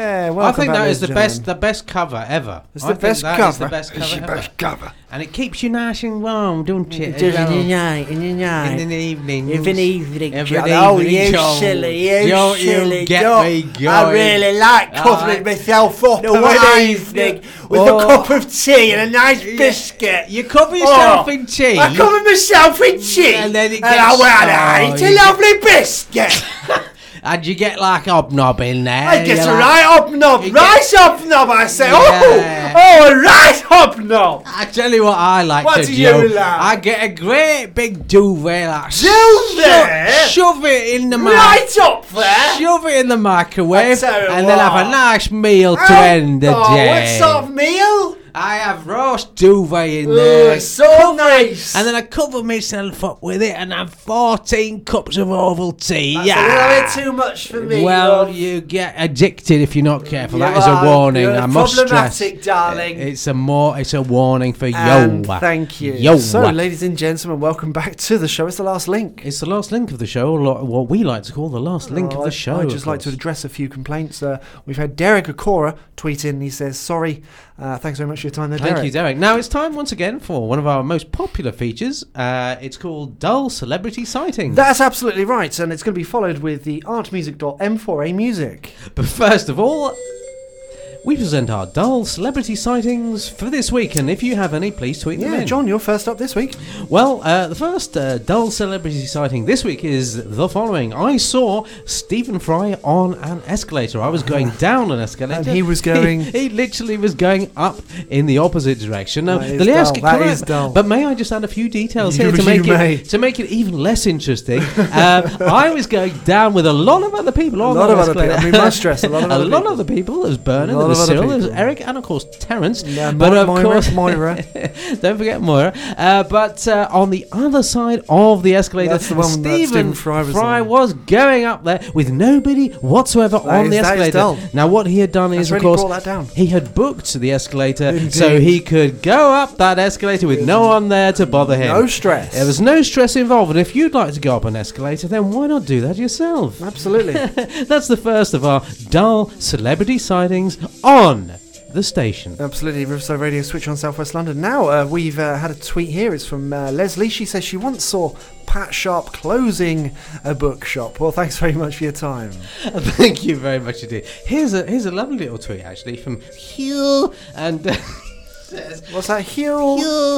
Speaker 13: I
Speaker 1: Welcome
Speaker 13: think
Speaker 1: back,
Speaker 13: that
Speaker 1: ladies
Speaker 13: is the
Speaker 1: and
Speaker 13: best,
Speaker 1: gentlemen.
Speaker 13: the best cover ever.
Speaker 1: It's
Speaker 13: I
Speaker 1: the
Speaker 13: think
Speaker 1: best
Speaker 13: that is the
Speaker 1: cover.
Speaker 13: best cover ever.
Speaker 14: cover.
Speaker 13: And it keeps you nice and warm, don't it? as well?
Speaker 15: Doesn't it? Aye, and then aye.
Speaker 13: In the evening.
Speaker 15: If an evening,
Speaker 13: If
Speaker 15: John.
Speaker 13: an
Speaker 15: Oh,
Speaker 13: evening,
Speaker 15: you
Speaker 13: John.
Speaker 15: silly, you
Speaker 13: Don't you
Speaker 15: silly.
Speaker 13: get
Speaker 15: John.
Speaker 13: me
Speaker 15: I
Speaker 13: going. Ah.
Speaker 15: really like
Speaker 13: Aye.
Speaker 15: covering myself up
Speaker 13: No,
Speaker 15: in
Speaker 13: what
Speaker 15: an
Speaker 13: is-
Speaker 15: evening with
Speaker 13: Oh.
Speaker 15: a cup of tea and a nice biscuit.
Speaker 13: You cover yourself
Speaker 15: Oh,
Speaker 13: in tea.
Speaker 15: I covered myself in tea
Speaker 13: Mm, And then it
Speaker 15: I
Speaker 13: gets-
Speaker 15: went,
Speaker 13: Oh,
Speaker 15: "Ah, it's a
Speaker 13: you-
Speaker 15: lovely
Speaker 13: [LAUGHS]
Speaker 15: biscuit.
Speaker 13: And you get like hobnob in there.
Speaker 15: I get
Speaker 13: you're
Speaker 15: a
Speaker 13: like,
Speaker 15: right hobnob,
Speaker 13: You
Speaker 15: rice hobnob, I say.
Speaker 13: Yeah.
Speaker 15: Oh, oh, a rice hobnob.
Speaker 13: I tell you what I like
Speaker 15: What
Speaker 13: to
Speaker 15: do
Speaker 13: do.
Speaker 15: you like?
Speaker 13: I get a great big duvet like
Speaker 15: Duvet?
Speaker 13: Shove, shove it in the mic.
Speaker 15: Right up there.
Speaker 13: Shove it in the
Speaker 15: I
Speaker 13: microwave
Speaker 15: tell you
Speaker 13: and then have a
Speaker 15: what.
Speaker 13: nice meal to
Speaker 15: Oh,
Speaker 13: end the
Speaker 15: oh, What
Speaker 13: day.
Speaker 15: sort of meal?
Speaker 13: I have roast duvet in
Speaker 15: Oh,
Speaker 13: there.
Speaker 15: it's so nice.
Speaker 13: And then I cover myself up with it and have 14 cups of Ovaltine.
Speaker 15: That's
Speaker 13: yeah.
Speaker 15: a little bit too much for me.
Speaker 13: well,
Speaker 15: love.
Speaker 13: you get addicted if you're not careful.
Speaker 15: You
Speaker 13: that is
Speaker 15: are-
Speaker 13: a warning.
Speaker 15: you're
Speaker 13: I must stress.
Speaker 15: problematic, darling.
Speaker 13: It's a more. It's a warning for
Speaker 1: And
Speaker 13: yo.
Speaker 1: thank you.
Speaker 13: Yo.
Speaker 1: So, ladies and gentlemen, welcome back to the show. It's the last link.
Speaker 2: It's the last link of the show, or lo- what we like to call the last
Speaker 15: Oh,
Speaker 2: link of
Speaker 1: I'd-
Speaker 2: the show.
Speaker 1: I'd
Speaker 2: of
Speaker 1: just like to
Speaker 2: course.
Speaker 1: address a few complaints. Uh, we've had Derek Akora tweet in. He says, "Sorry, uh, thanks very much for your time there,
Speaker 2: Thank
Speaker 1: Derek."
Speaker 2: you, Derek. Now it's time once again for one of our most popular features. Uh, it's called Dull Celebrity Sightings.
Speaker 1: That's absolutely right, and it's going to be followed with the artmusic.m4a music.
Speaker 2: but first of all, we present our Dull Celebrity Sightings for this week, and if you have any, please tweet them
Speaker 1: Yeah,
Speaker 2: in.
Speaker 1: John, you're first up this week.
Speaker 2: Well, uh, the first uh, dull celebrity sighting this week is the following. I saw Stephen Fry on an escalator. I
Speaker 1: [LAUGHS]
Speaker 2: was going down an escalator.
Speaker 1: And he was going-
Speaker 2: He, [LAUGHS] he literally was going up in the opposite direction. Now,
Speaker 1: That
Speaker 2: the
Speaker 1: is
Speaker 2: Liasca
Speaker 1: dull. That
Speaker 2: climb-
Speaker 1: is dull.
Speaker 2: But may I just add a few details
Speaker 1: You- [LAUGHS]
Speaker 2: here to
Speaker 1: you
Speaker 2: make,
Speaker 1: may.
Speaker 2: it, to make it even
Speaker 1: [LAUGHS]
Speaker 2: less interesting? uh, I was going down with a lot of other people on
Speaker 1: lot
Speaker 2: that
Speaker 1: of other
Speaker 2: escalator.
Speaker 1: people. I mean, must stress, a lot of
Speaker 2: [LAUGHS] a
Speaker 1: other
Speaker 2: lot
Speaker 1: people.
Speaker 2: of other people. There was
Speaker 1: lot
Speaker 2: Bernard, there
Speaker 1: of
Speaker 2: was
Speaker 1: other
Speaker 2: Cyril, there was
Speaker 1: people.
Speaker 2: Eric, and of course Terence.
Speaker 1: Yeah,
Speaker 2: but
Speaker 1: Mo-
Speaker 2: of
Speaker 1: Moira-
Speaker 2: course,
Speaker 1: Moira.
Speaker 2: [LAUGHS] don't forget Moira. Uh, but uh, on the other side of the escalator,
Speaker 1: That's the one that Stephen
Speaker 2: Stephen,
Speaker 1: Fry was on.
Speaker 2: was going up there with nobody whatsoever on
Speaker 1: is-
Speaker 2: the
Speaker 1: that is dull.
Speaker 2: escalator. Now, what he had done
Speaker 1: That's
Speaker 2: is,
Speaker 1: really
Speaker 2: of
Speaker 1: brought that
Speaker 2: course,
Speaker 1: down.
Speaker 2: he had booked the escalator so he could go up that escalator with no one there to bother him.
Speaker 1: No stress.
Speaker 2: There was no stress involved, and if you'd like to go up an escalator, then why not do that yourself? [LAUGHS]
Speaker 1: Absolutely.
Speaker 2: That's the first of our dull celebrity sightings on the station.
Speaker 1: Absolutely, Riverside Radio Switch on Southwest London. Now uh, we've uh, had a tweet here. It's from uh, Leslie. She says she once saw Pat Sharp closing a bookshop. Well, thanks very much for your time.
Speaker 2: [LAUGHS] Thank you very much indeed. Here's a here's a lovely little tweet actually from Hugh and. [LAUGHS] Uh, says,
Speaker 1: What's that, Hugh?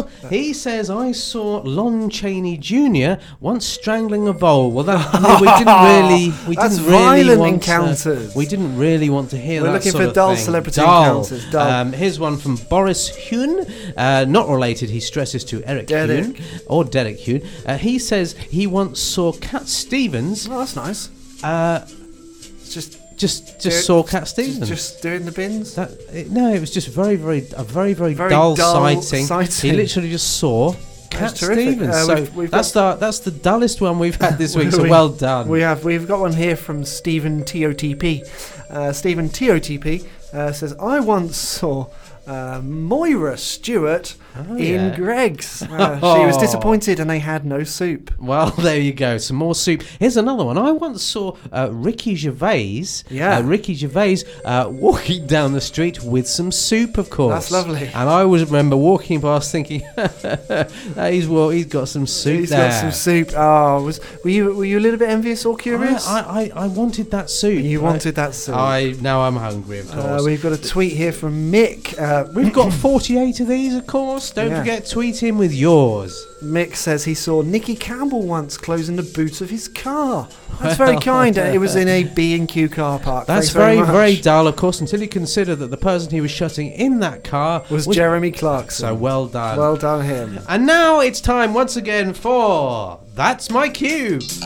Speaker 2: Hugh, he says, I saw Lon Chaney Jr. once strangling a vole. Well, that, no, we didn't
Speaker 1: [LAUGHS]
Speaker 2: really, we
Speaker 1: That's
Speaker 2: didn't really
Speaker 1: violent
Speaker 2: want
Speaker 1: encounters.
Speaker 2: To, we didn't really want to hear
Speaker 1: We're
Speaker 2: that
Speaker 1: looking
Speaker 2: sort
Speaker 1: for
Speaker 2: of
Speaker 1: dull
Speaker 2: thing.
Speaker 1: celebrity
Speaker 2: Dull.
Speaker 1: encounters, dull.
Speaker 2: Um, here's one from Boris Hune, uh, not related. He stresses to Eric
Speaker 1: Derek.
Speaker 2: Hune or Derek Hune. Uh, he says he once saw Cat Stevens
Speaker 1: Oh, that's nice.
Speaker 2: uh,
Speaker 1: It's just
Speaker 2: just
Speaker 1: Yeah,
Speaker 2: just saw Cat Stevens.
Speaker 1: just, just doing the bins.
Speaker 2: That, it, no, it was just very, very, a very, very,
Speaker 1: Very
Speaker 2: dull,
Speaker 1: dull
Speaker 2: sighting.
Speaker 1: sighting.
Speaker 2: He literally just saw Cat
Speaker 1: terrific.
Speaker 2: Stevens.
Speaker 1: Uh,
Speaker 2: so
Speaker 1: we've- we've
Speaker 2: that's the that's the dullest one we've had
Speaker 1: [LAUGHS]
Speaker 2: this week. so
Speaker 1: We-
Speaker 2: well done.
Speaker 1: We have we've got one here from Stephen TOTP. Uh, Stephen TOTP uh, says, "I once saw uh, Moira Stewart in
Speaker 2: Oh, yeah.
Speaker 1: Greg's. Uh, She
Speaker 2: [LAUGHS]
Speaker 1: was disappointed, and they had no soup.
Speaker 2: well, [LAUGHS] there you go. Some more soup. Here's another one. I once saw uh, Ricky Gervais.
Speaker 1: Yeah.
Speaker 2: uh, Ricky Gervais uh, walking [LAUGHS] down the street with some soup, of course.
Speaker 1: That's lovely.
Speaker 2: And I always remember walking past thinking, [LAUGHS] "That he's well, he's got some soup
Speaker 1: He's
Speaker 2: there."
Speaker 1: got some soup. Oh, was were you were you a little bit envious or curious?
Speaker 2: I, I, I wanted that soup.
Speaker 1: you
Speaker 2: I-
Speaker 1: wanted that soup.
Speaker 2: I now I'm hungry, of
Speaker 1: uh,
Speaker 2: course.
Speaker 1: we've got a tweet here from Mick. Uh, [CLEARS THROAT]
Speaker 2: We've got 48 of these, of course. Don't
Speaker 1: Yeah.
Speaker 2: forget, tweet in with yours.
Speaker 1: Mick says he saw Nicky Campbell once closing the boot of his car. That's
Speaker 2: [LAUGHS]
Speaker 1: very kind. Uh, it was in a B and Q car park.
Speaker 2: That's
Speaker 1: Thanks very,
Speaker 2: very,
Speaker 1: much.
Speaker 2: very dull, of course, until you consider that the person he was shutting in that car
Speaker 1: was Jeremy Clarkson.
Speaker 2: So well done.
Speaker 1: Well done, him.
Speaker 2: and now it's time once again for That's My Cue.
Speaker 1: It's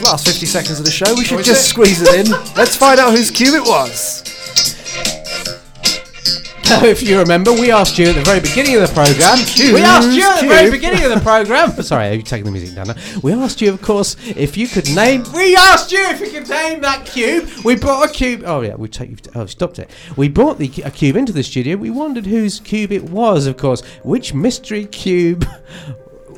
Speaker 1: the last 50 seconds of the show. We should
Speaker 2: Oh, is
Speaker 1: just
Speaker 2: it?
Speaker 1: squeeze it in. Let's find out whose cue it
Speaker 2: [LAUGHS]
Speaker 1: was.
Speaker 2: Now, if you remember, we asked you at the very beginning of the program. We asked you at the very
Speaker 1: Cue.
Speaker 2: beginning of the program. [LAUGHS] Sorry, are you taking the music down? Now? We asked you, of course, if you could name. We asked you if you could name that cube. We brought a cube. Oh yeah, we take. Oh, stopped it. We brought the a cube into the studio. We wondered whose cube [LAUGHS] it was. Of course, which mystery cube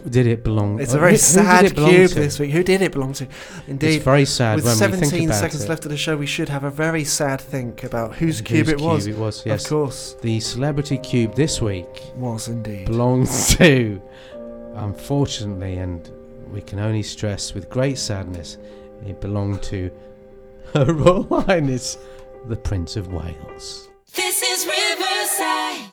Speaker 2: did it belong?
Speaker 1: It's
Speaker 2: uh,
Speaker 1: a very
Speaker 2: who- who did
Speaker 1: sad
Speaker 2: it belong
Speaker 1: cube
Speaker 2: to?
Speaker 1: this week. Who did it belong to? Indeed.
Speaker 2: It's very sad
Speaker 1: With
Speaker 2: when we think
Speaker 1: 17
Speaker 2: about
Speaker 1: seconds
Speaker 2: it.
Speaker 1: left of the show, we should have a very sad think about whose
Speaker 2: And
Speaker 1: cube
Speaker 2: whose
Speaker 1: it was.
Speaker 2: Cube it was yes.
Speaker 1: Of course,
Speaker 2: The celebrity cube this week
Speaker 1: was indeed.
Speaker 2: belongs [LAUGHS] to, unfortunately, and we can only stress with great sadness, it belonged to Her Royal Highness the Prince of Wales.
Speaker 8: This is